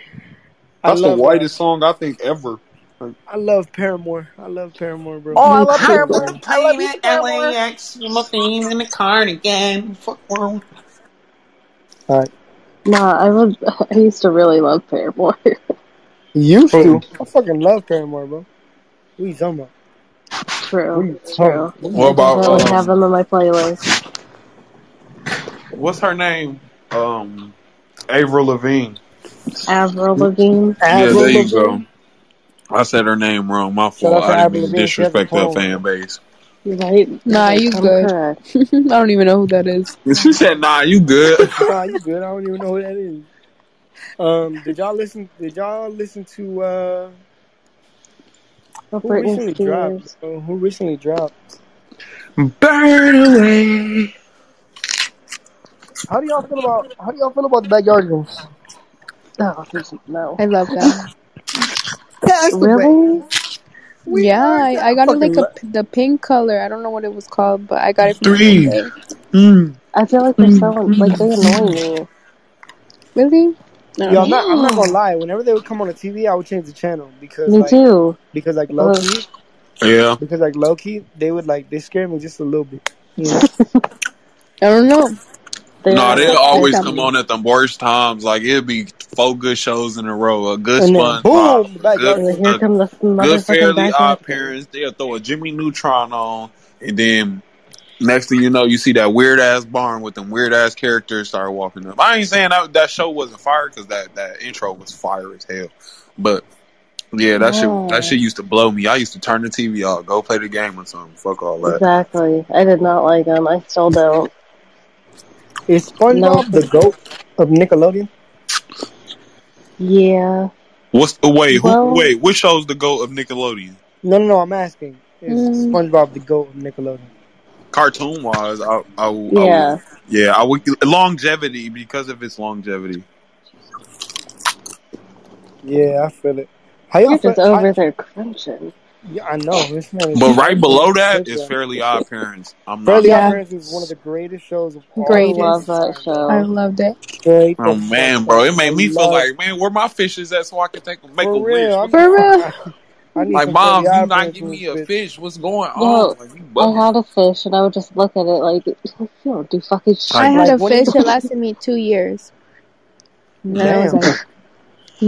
[SPEAKER 10] That's the
[SPEAKER 3] love uh
[SPEAKER 10] whitest song I think ever. Like,
[SPEAKER 3] I love Paramore. I love Paramore, bro.
[SPEAKER 4] Oh, I
[SPEAKER 5] Me
[SPEAKER 4] love
[SPEAKER 3] Good
[SPEAKER 5] too.
[SPEAKER 4] Paramore.
[SPEAKER 3] song.
[SPEAKER 4] I love
[SPEAKER 1] Playing
[SPEAKER 4] you,
[SPEAKER 1] at
[SPEAKER 4] Paramore.
[SPEAKER 1] LAX,
[SPEAKER 4] Smoking in the cardigan. Fuck wrong.
[SPEAKER 3] All right.
[SPEAKER 5] Nah, I was. I used to really love Paramore.
[SPEAKER 3] Used
[SPEAKER 10] who?
[SPEAKER 3] to. I fucking love Paramore, bro. What you talking about? What
[SPEAKER 5] True,
[SPEAKER 3] you talking?
[SPEAKER 5] true.
[SPEAKER 3] What
[SPEAKER 10] What
[SPEAKER 5] I
[SPEAKER 3] you talking?
[SPEAKER 10] about
[SPEAKER 5] definitely have
[SPEAKER 10] um?
[SPEAKER 5] them in my playlist.
[SPEAKER 10] What's her name? Um,
[SPEAKER 7] Avril Lavigne.
[SPEAKER 2] Avril Lavigne.
[SPEAKER 7] yeah, there you go. I said her name wrong. My fault.
[SPEAKER 3] out to
[SPEAKER 7] I didn't
[SPEAKER 3] Avril
[SPEAKER 7] mean to
[SPEAKER 3] Lavigne. She has a
[SPEAKER 7] disrespect her
[SPEAKER 3] poem.
[SPEAKER 7] fan base.
[SPEAKER 5] Right?
[SPEAKER 6] Nah, you
[SPEAKER 5] Come
[SPEAKER 6] good.
[SPEAKER 5] correct.
[SPEAKER 6] I don't even know who that is.
[SPEAKER 7] She said, "Nah, you good."
[SPEAKER 3] Nah, you good. I don't even know who that is. Um, did y'all listen? Did y'all listen to uh
[SPEAKER 5] For
[SPEAKER 3] who
[SPEAKER 5] Britney
[SPEAKER 3] recently dropped?
[SPEAKER 5] Spears.
[SPEAKER 3] Bro? Who recently dropped?
[SPEAKER 7] Burn away.
[SPEAKER 3] How do y'all feel about? How do y'all feel about the backyardigans?
[SPEAKER 5] Oh, this is- no.
[SPEAKER 6] I love them.
[SPEAKER 3] Castaway.
[SPEAKER 5] Really?
[SPEAKER 3] We
[SPEAKER 6] Yeah,
[SPEAKER 3] are.
[SPEAKER 6] I, I
[SPEAKER 3] I
[SPEAKER 6] got it
[SPEAKER 3] fucking
[SPEAKER 6] like a
[SPEAKER 3] love.
[SPEAKER 6] p- the pink color. I don't know what it was called, but I got it from
[SPEAKER 7] Three.
[SPEAKER 6] Target.
[SPEAKER 7] Mm,
[SPEAKER 5] I feel like they're
[SPEAKER 7] mm,
[SPEAKER 5] so like
[SPEAKER 7] mm,
[SPEAKER 5] they annoy
[SPEAKER 7] mm.
[SPEAKER 5] me. I
[SPEAKER 6] Really?
[SPEAKER 3] Yo,
[SPEAKER 5] don't know.
[SPEAKER 3] I'm not. I'm not gonna lie. Whenever they would come on the TV, I would change the channel because
[SPEAKER 5] Me
[SPEAKER 3] like
[SPEAKER 5] too.
[SPEAKER 3] because like low
[SPEAKER 5] Ugh.
[SPEAKER 3] key
[SPEAKER 7] Yeah.
[SPEAKER 3] because like low key they would like they scare me just a little bit. You know.
[SPEAKER 6] I don't know.
[SPEAKER 5] They
[SPEAKER 7] No,
[SPEAKER 5] are
[SPEAKER 7] they
[SPEAKER 6] They
[SPEAKER 5] annoying.
[SPEAKER 7] always
[SPEAKER 6] sound
[SPEAKER 7] come on at the worst times. Like it'd be four good shows in a row. A good
[SPEAKER 3] And then
[SPEAKER 7] SpongeBob,
[SPEAKER 3] boom, the
[SPEAKER 7] a good,
[SPEAKER 5] And then
[SPEAKER 3] backyardigans.
[SPEAKER 5] here
[SPEAKER 7] a
[SPEAKER 5] come the
[SPEAKER 7] good
[SPEAKER 5] motherfucking
[SPEAKER 7] Fairly Odd
[SPEAKER 5] backyardigans.
[SPEAKER 7] Parents. They'll throw a Jimmy Neutron on, and then next thing you know, you see that weird ass barn with them weird ass characters start walking up. I ain't saying that that show wasn't fire because that that intro was fire as hell, but. Yeah, that shit that
[SPEAKER 5] No.
[SPEAKER 7] shit used to blow me. I used to turn the TV off, go play the game or something. Fuck all that.
[SPEAKER 5] Exactly. I did not like them. I still don't.
[SPEAKER 3] Is
[SPEAKER 5] No.
[SPEAKER 3] SpongeBob the goat of Nickelodeon?
[SPEAKER 5] Yeah.
[SPEAKER 7] What's the wait? Who
[SPEAKER 5] Well,
[SPEAKER 7] wait? Which show's the goat of Nickelodeon?
[SPEAKER 3] No, no, no. I'm asking. Is
[SPEAKER 5] mm,
[SPEAKER 3] SpongeBob the goat of Nickelodeon?
[SPEAKER 7] Cartoon wise, I, I w- I
[SPEAKER 5] yeah.
[SPEAKER 7] would yeah I would longevity because of its longevity.
[SPEAKER 3] Yeah, I feel it. How y'all
[SPEAKER 5] You're
[SPEAKER 3] feel?
[SPEAKER 5] just
[SPEAKER 3] How,
[SPEAKER 5] over there crunching.
[SPEAKER 3] yeah, I know this man is
[SPEAKER 7] But right
[SPEAKER 3] crunching
[SPEAKER 7] below
[SPEAKER 3] his
[SPEAKER 7] that
[SPEAKER 3] tits
[SPEAKER 7] is
[SPEAKER 3] up.
[SPEAKER 7] Fairly Odd Parents. I'm not
[SPEAKER 3] Fairly Odd
[SPEAKER 6] Yeah,
[SPEAKER 3] Parents is one of the greatest shows of
[SPEAKER 5] I
[SPEAKER 3] all
[SPEAKER 5] love
[SPEAKER 3] fucking
[SPEAKER 6] greatest.
[SPEAKER 5] that
[SPEAKER 3] time, bro.
[SPEAKER 6] I
[SPEAKER 5] show.
[SPEAKER 6] loved it.
[SPEAKER 3] Straight
[SPEAKER 7] Oh
[SPEAKER 3] the fuck
[SPEAKER 7] man, bro,
[SPEAKER 3] up.
[SPEAKER 7] it
[SPEAKER 3] I
[SPEAKER 7] made me feel
[SPEAKER 3] love
[SPEAKER 7] like man, where my fish is at so I can take make a
[SPEAKER 3] for real.
[SPEAKER 7] wish. What
[SPEAKER 3] I'm
[SPEAKER 7] the
[SPEAKER 6] For
[SPEAKER 7] fuck?
[SPEAKER 6] real.
[SPEAKER 3] I, I need
[SPEAKER 7] Like,
[SPEAKER 3] some Fairly
[SPEAKER 7] mom, you
[SPEAKER 3] Odd
[SPEAKER 7] not
[SPEAKER 3] Parents
[SPEAKER 7] give
[SPEAKER 3] in this
[SPEAKER 7] me a
[SPEAKER 3] bitch.
[SPEAKER 7] fish. What's going on?
[SPEAKER 5] Yo,
[SPEAKER 7] Like you
[SPEAKER 5] I
[SPEAKER 7] bugging.
[SPEAKER 5] had a fish and I would just look at it like, you don't do fucking
[SPEAKER 6] I
[SPEAKER 5] shit.
[SPEAKER 6] had
[SPEAKER 3] Like
[SPEAKER 6] a
[SPEAKER 3] what is?
[SPEAKER 6] fish. It lasted me two years. And then I was
[SPEAKER 3] Damn.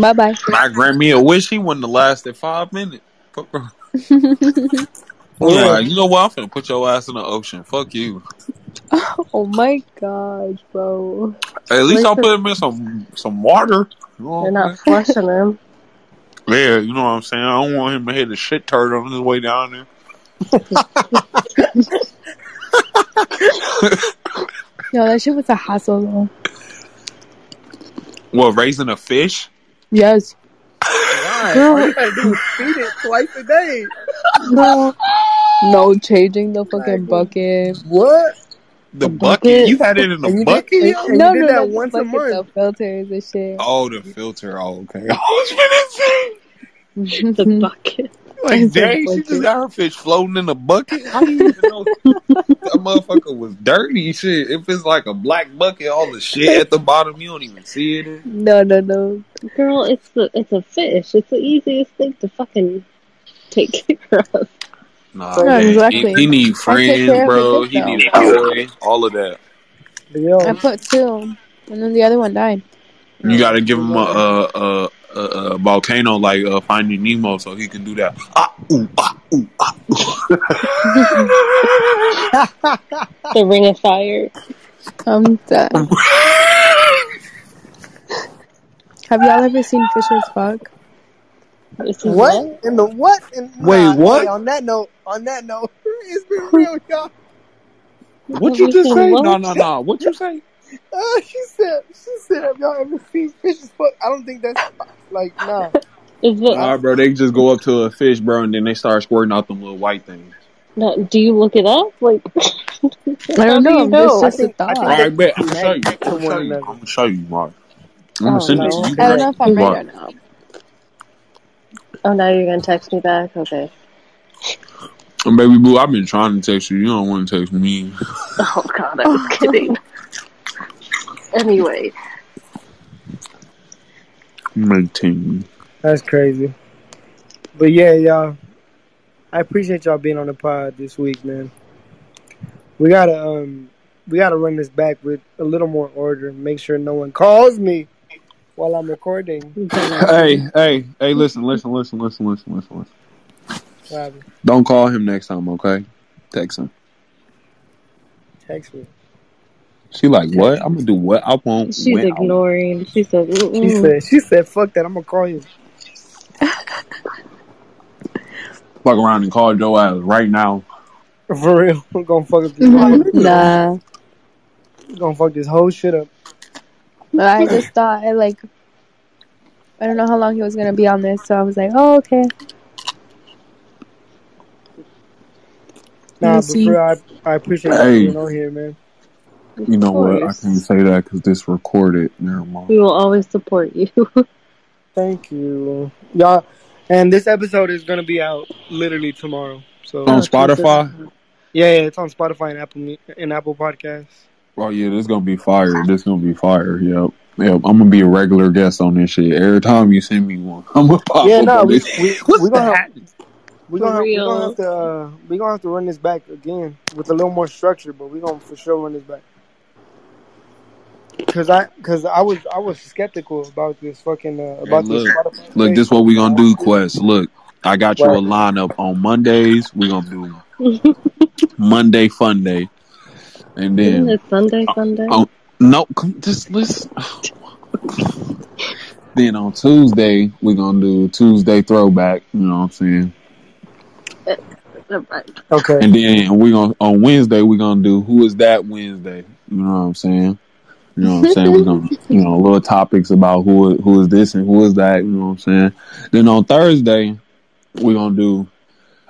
[SPEAKER 6] like, bye bye.
[SPEAKER 7] Not grant me a wish. He wouldn't have lasted five minutes. Fuck wrong. I'm
[SPEAKER 3] For real.
[SPEAKER 7] like, you know what? I'm finna put your ass in the ocean. Fuck you.
[SPEAKER 6] oh my gosh, bro.
[SPEAKER 7] At least
[SPEAKER 5] Like,
[SPEAKER 7] I'll put him in some some water. You
[SPEAKER 5] they're
[SPEAKER 7] know what I'm
[SPEAKER 5] not
[SPEAKER 7] saying?
[SPEAKER 5] flushing them.
[SPEAKER 7] Yeah, you know what I'm saying. I don't want him to hit a shit turd on his way down there.
[SPEAKER 6] Yo, that shit was a hassle though.
[SPEAKER 7] well, raising a fish.
[SPEAKER 6] Yes.
[SPEAKER 3] Why, bro?
[SPEAKER 5] Girl,
[SPEAKER 3] You gotta do is feed it twice a day.
[SPEAKER 5] girl,
[SPEAKER 6] No changing the
[SPEAKER 3] Like
[SPEAKER 6] fucking bucket.
[SPEAKER 3] what?
[SPEAKER 7] The
[SPEAKER 5] the
[SPEAKER 7] bucket. You
[SPEAKER 5] bucket.
[SPEAKER 7] had it in the
[SPEAKER 3] And you did,
[SPEAKER 7] bucket,
[SPEAKER 3] and,
[SPEAKER 7] yo.
[SPEAKER 3] and you
[SPEAKER 6] No,
[SPEAKER 3] did
[SPEAKER 6] no,
[SPEAKER 3] that
[SPEAKER 6] not the
[SPEAKER 3] once a
[SPEAKER 6] bucket,
[SPEAKER 3] month.
[SPEAKER 6] the filters and shit.
[SPEAKER 7] Oh, the filter. Oh, okay. I was gonna say.
[SPEAKER 5] The bucket.
[SPEAKER 7] Like,
[SPEAKER 6] it's a
[SPEAKER 7] dang, she just
[SPEAKER 6] bucket.
[SPEAKER 7] got her fish floating in a bucket. How you even know that motherfucker was dirty? Shit, if it's like a black bucket, all the shit at the bottom, you don't even see it. In.
[SPEAKER 6] No, no, no.
[SPEAKER 5] Girl, it's the it's a fish. It's the easiest thing to fucking take care of.
[SPEAKER 7] Nah,
[SPEAKER 6] No,
[SPEAKER 5] Like,
[SPEAKER 7] man, he,
[SPEAKER 6] exactly.
[SPEAKER 7] he need
[SPEAKER 6] I took
[SPEAKER 7] friends,
[SPEAKER 6] care of it
[SPEAKER 7] bro.
[SPEAKER 6] good
[SPEAKER 7] He
[SPEAKER 6] though.
[SPEAKER 7] need a toy, all of that.
[SPEAKER 3] But
[SPEAKER 6] I
[SPEAKER 3] yo,
[SPEAKER 6] put two, and then the other one died.
[SPEAKER 7] You
[SPEAKER 3] yo,
[SPEAKER 7] gotta give
[SPEAKER 3] you
[SPEAKER 7] him a
[SPEAKER 3] know what?
[SPEAKER 7] a, a, a, a volcano like uh, Finding Nemo, so he can do that. Ah, ooh, ah, ooh, ah. ooh.
[SPEAKER 5] the ring of fire.
[SPEAKER 6] I'm done. Have y'all ever seen fishes fuck?
[SPEAKER 5] It's a
[SPEAKER 3] What
[SPEAKER 5] what?
[SPEAKER 3] in the what? In,
[SPEAKER 7] Wait,
[SPEAKER 3] nah, hey.
[SPEAKER 7] what?
[SPEAKER 3] On that note, on that note, it's been real, y'all.
[SPEAKER 5] Have
[SPEAKER 7] What you
[SPEAKER 5] you
[SPEAKER 7] just
[SPEAKER 5] seen
[SPEAKER 7] say?
[SPEAKER 5] what?
[SPEAKER 7] No, no, no. What you say?
[SPEAKER 3] Uh, she said, she said, have y'all ever seen fishes fuck? I don't think that's like nah.
[SPEAKER 5] Is it
[SPEAKER 3] I,
[SPEAKER 7] Nah, bro. They just go up to a fish, bro, and then they start squirting out them little white things.
[SPEAKER 5] no, do you look it up? Like
[SPEAKER 6] I
[SPEAKER 5] how
[SPEAKER 6] don't
[SPEAKER 5] do
[SPEAKER 3] I
[SPEAKER 5] you
[SPEAKER 6] know. It's
[SPEAKER 5] know?
[SPEAKER 6] just a
[SPEAKER 3] think, I
[SPEAKER 7] All
[SPEAKER 3] think
[SPEAKER 6] thought.
[SPEAKER 3] they
[SPEAKER 7] right, bet. I'm gonna
[SPEAKER 3] connect
[SPEAKER 7] show you. I'm
[SPEAKER 3] to
[SPEAKER 7] gonna
[SPEAKER 3] one another.
[SPEAKER 7] show you. I'm gonna show you, Mark. I'm
[SPEAKER 5] I
[SPEAKER 7] gonna
[SPEAKER 5] don't
[SPEAKER 7] send it
[SPEAKER 3] Fish
[SPEAKER 7] to
[SPEAKER 5] know.
[SPEAKER 7] you,
[SPEAKER 6] I don't
[SPEAKER 7] Mark.
[SPEAKER 6] know
[SPEAKER 3] connect.
[SPEAKER 6] if I'm right
[SPEAKER 7] Mark.
[SPEAKER 6] or not.
[SPEAKER 5] Oh now you're gonna text me back? Okay.
[SPEAKER 7] And oh, baby boo, I've been trying to text you. You don't want to text me.
[SPEAKER 5] Oh god, I was kidding. Anyway.
[SPEAKER 7] Maintain.
[SPEAKER 3] That's crazy. But yeah, y'all. I appreciate y'all being on the pod this week, man. We gotta um, we gotta run this back with a little more order. Make sure no one calls me while I'm recording.
[SPEAKER 7] Hey,
[SPEAKER 5] Dumbasses.
[SPEAKER 7] hey, hey! Listen, listen, listen, listen, listen, listen, listen.
[SPEAKER 3] What happened?
[SPEAKER 7] Don't call him next time, okay? Text him.
[SPEAKER 3] Text me.
[SPEAKER 7] She like, what? I'm gonna do what I want.
[SPEAKER 5] She's
[SPEAKER 7] when I want.
[SPEAKER 5] ignoring. She said, Mm-mm.
[SPEAKER 3] She said, she said, fuck that. I'm gonna call you.
[SPEAKER 7] Fuck around and call Joe ass right now.
[SPEAKER 3] For real. I'm gonna fuck up this whole,
[SPEAKER 6] Mhm.
[SPEAKER 5] "Nah."
[SPEAKER 3] I'm gonna fuck this whole shit up.
[SPEAKER 6] But I just thought, I like, I don't know how long he was gonna be on this, so I was like, oh, okay,
[SPEAKER 3] Nah,
[SPEAKER 6] we'll
[SPEAKER 3] but for
[SPEAKER 6] see.
[SPEAKER 3] real, I, I appreciate y'all
[SPEAKER 7] Hey,
[SPEAKER 3] being on here, man.
[SPEAKER 5] Of
[SPEAKER 7] you know what? I can't
[SPEAKER 5] course,
[SPEAKER 7] say that because this recorded. Never mind.
[SPEAKER 5] we will always support you.
[SPEAKER 3] Thank you, y'all. And this episode is gonna be out literally tomorrow. So
[SPEAKER 7] On
[SPEAKER 5] oh Jesus!
[SPEAKER 7] Spotify.
[SPEAKER 3] yeah, yeah, it's on Spotify and Apple Mu- and Apple Podcasts.
[SPEAKER 7] Oh yeah, this gonna be fire. This gonna be fire. Yep. Yep. I'm gonna be a regular guest on this shit. Every time you send me one, I'm gonna pop
[SPEAKER 3] Yeah,
[SPEAKER 7] up
[SPEAKER 3] no,
[SPEAKER 7] on
[SPEAKER 3] we
[SPEAKER 7] this.
[SPEAKER 3] we
[SPEAKER 7] Oh, What's
[SPEAKER 3] we gonna have
[SPEAKER 7] that?
[SPEAKER 3] we
[SPEAKER 5] For
[SPEAKER 3] gonna have, we gonna have
[SPEAKER 5] real.
[SPEAKER 3] to uh, we gonna have to run this back again with a little more structure, but we gonna for sure run this back. Cause I, cause I was, I was skeptical about this fucking, uh,
[SPEAKER 7] Hey,
[SPEAKER 3] about this
[SPEAKER 7] look,
[SPEAKER 3] Spotify
[SPEAKER 7] look.
[SPEAKER 3] thing.
[SPEAKER 7] This what we gonna do, Quest. Look, I got you
[SPEAKER 3] Right.
[SPEAKER 7] a lineup on Mondays. We gonna do Monday Fun Day, and
[SPEAKER 5] Isn't
[SPEAKER 7] then
[SPEAKER 5] it Sunday? Sunday?
[SPEAKER 7] oh no, come, just listen. Then on Tuesday, we gonna do Tuesday Throwback. You know what I'm saying?
[SPEAKER 5] Eh, never mind.
[SPEAKER 3] Okay.
[SPEAKER 7] And then we gonna on Wednesday, we gonna do Who Is That Wednesday? You know what I'm saying? You know what I'm saying? We're gonna, you know, little topics about who who is this and who is that. You know what I'm saying? Then on Thursday we're gonna do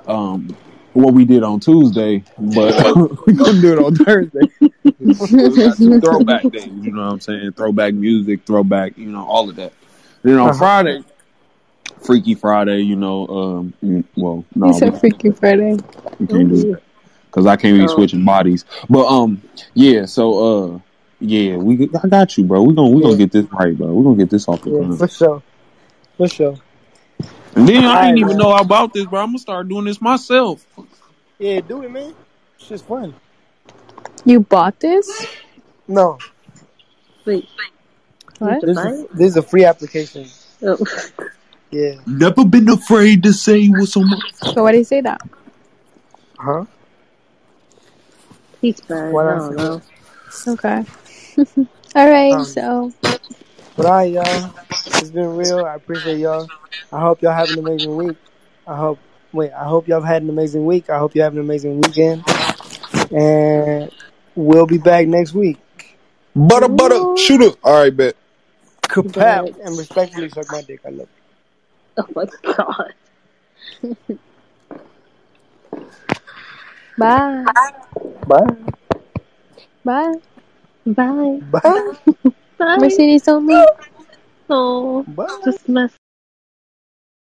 [SPEAKER 7] um what we did on Tuesday, but we're gonna do it on Thursday. We got two throwback days. You know what I'm saying? Throwback music, throwback. You know all of that. Then on
[SPEAKER 6] Uh-huh.
[SPEAKER 3] Uh huh.
[SPEAKER 7] Friday, Freaky Friday. You know, um, mm, well,
[SPEAKER 6] You
[SPEAKER 7] no, we
[SPEAKER 6] said
[SPEAKER 7] can't do
[SPEAKER 6] Freaky
[SPEAKER 7] that.
[SPEAKER 6] Friday.
[SPEAKER 7] We can't do that because I can't be
[SPEAKER 5] oh,
[SPEAKER 7] switching bodies. But um, yeah. So uh, yeah, we I got you, bro. We gonna we gonna
[SPEAKER 3] Yeah,
[SPEAKER 7] get this right, bro. We are gonna get this off the
[SPEAKER 3] yeah,
[SPEAKER 7] ground.
[SPEAKER 3] for sure, for sure.
[SPEAKER 7] And then I
[SPEAKER 3] All
[SPEAKER 7] ain't
[SPEAKER 3] right,
[SPEAKER 7] even
[SPEAKER 3] man.
[SPEAKER 7] know about this, bro. I'm gonna start doing this myself.
[SPEAKER 3] Yeah, do it, man. It's just fun.
[SPEAKER 6] You bought this?
[SPEAKER 3] No,
[SPEAKER 5] wait, you have
[SPEAKER 6] What?
[SPEAKER 5] to
[SPEAKER 3] this
[SPEAKER 5] buy
[SPEAKER 3] is
[SPEAKER 5] it?
[SPEAKER 3] this is a free application.
[SPEAKER 5] Oh.
[SPEAKER 3] Yeah.
[SPEAKER 7] Never been afraid to say what's on my.
[SPEAKER 6] So why do you say that?
[SPEAKER 3] Huh?
[SPEAKER 5] He's bad.
[SPEAKER 3] Why did
[SPEAKER 5] I
[SPEAKER 3] I say
[SPEAKER 5] don't
[SPEAKER 3] that?
[SPEAKER 5] know.
[SPEAKER 6] Okay. All right.
[SPEAKER 3] Um,
[SPEAKER 6] So
[SPEAKER 3] but all right, y'all. It's been real. I appreciate y'all. I hope y'all have an amazing week. I hope. Wait, I hope y'all had an amazing week. I hope you have an amazing weekend, and we'll be back next week.
[SPEAKER 9] Butter, butter,
[SPEAKER 5] What?
[SPEAKER 9] shooter. All right, bet.
[SPEAKER 3] Kapow!
[SPEAKER 5] But
[SPEAKER 3] And respectfully suck my dick. I love. you.
[SPEAKER 5] oh my god.
[SPEAKER 6] bye.
[SPEAKER 3] Bye.
[SPEAKER 6] Bye.
[SPEAKER 5] Bye.
[SPEAKER 3] Bye.
[SPEAKER 5] Bye.
[SPEAKER 6] Mercedes, don't leave.
[SPEAKER 5] Oh,
[SPEAKER 3] Bye.
[SPEAKER 5] just mess.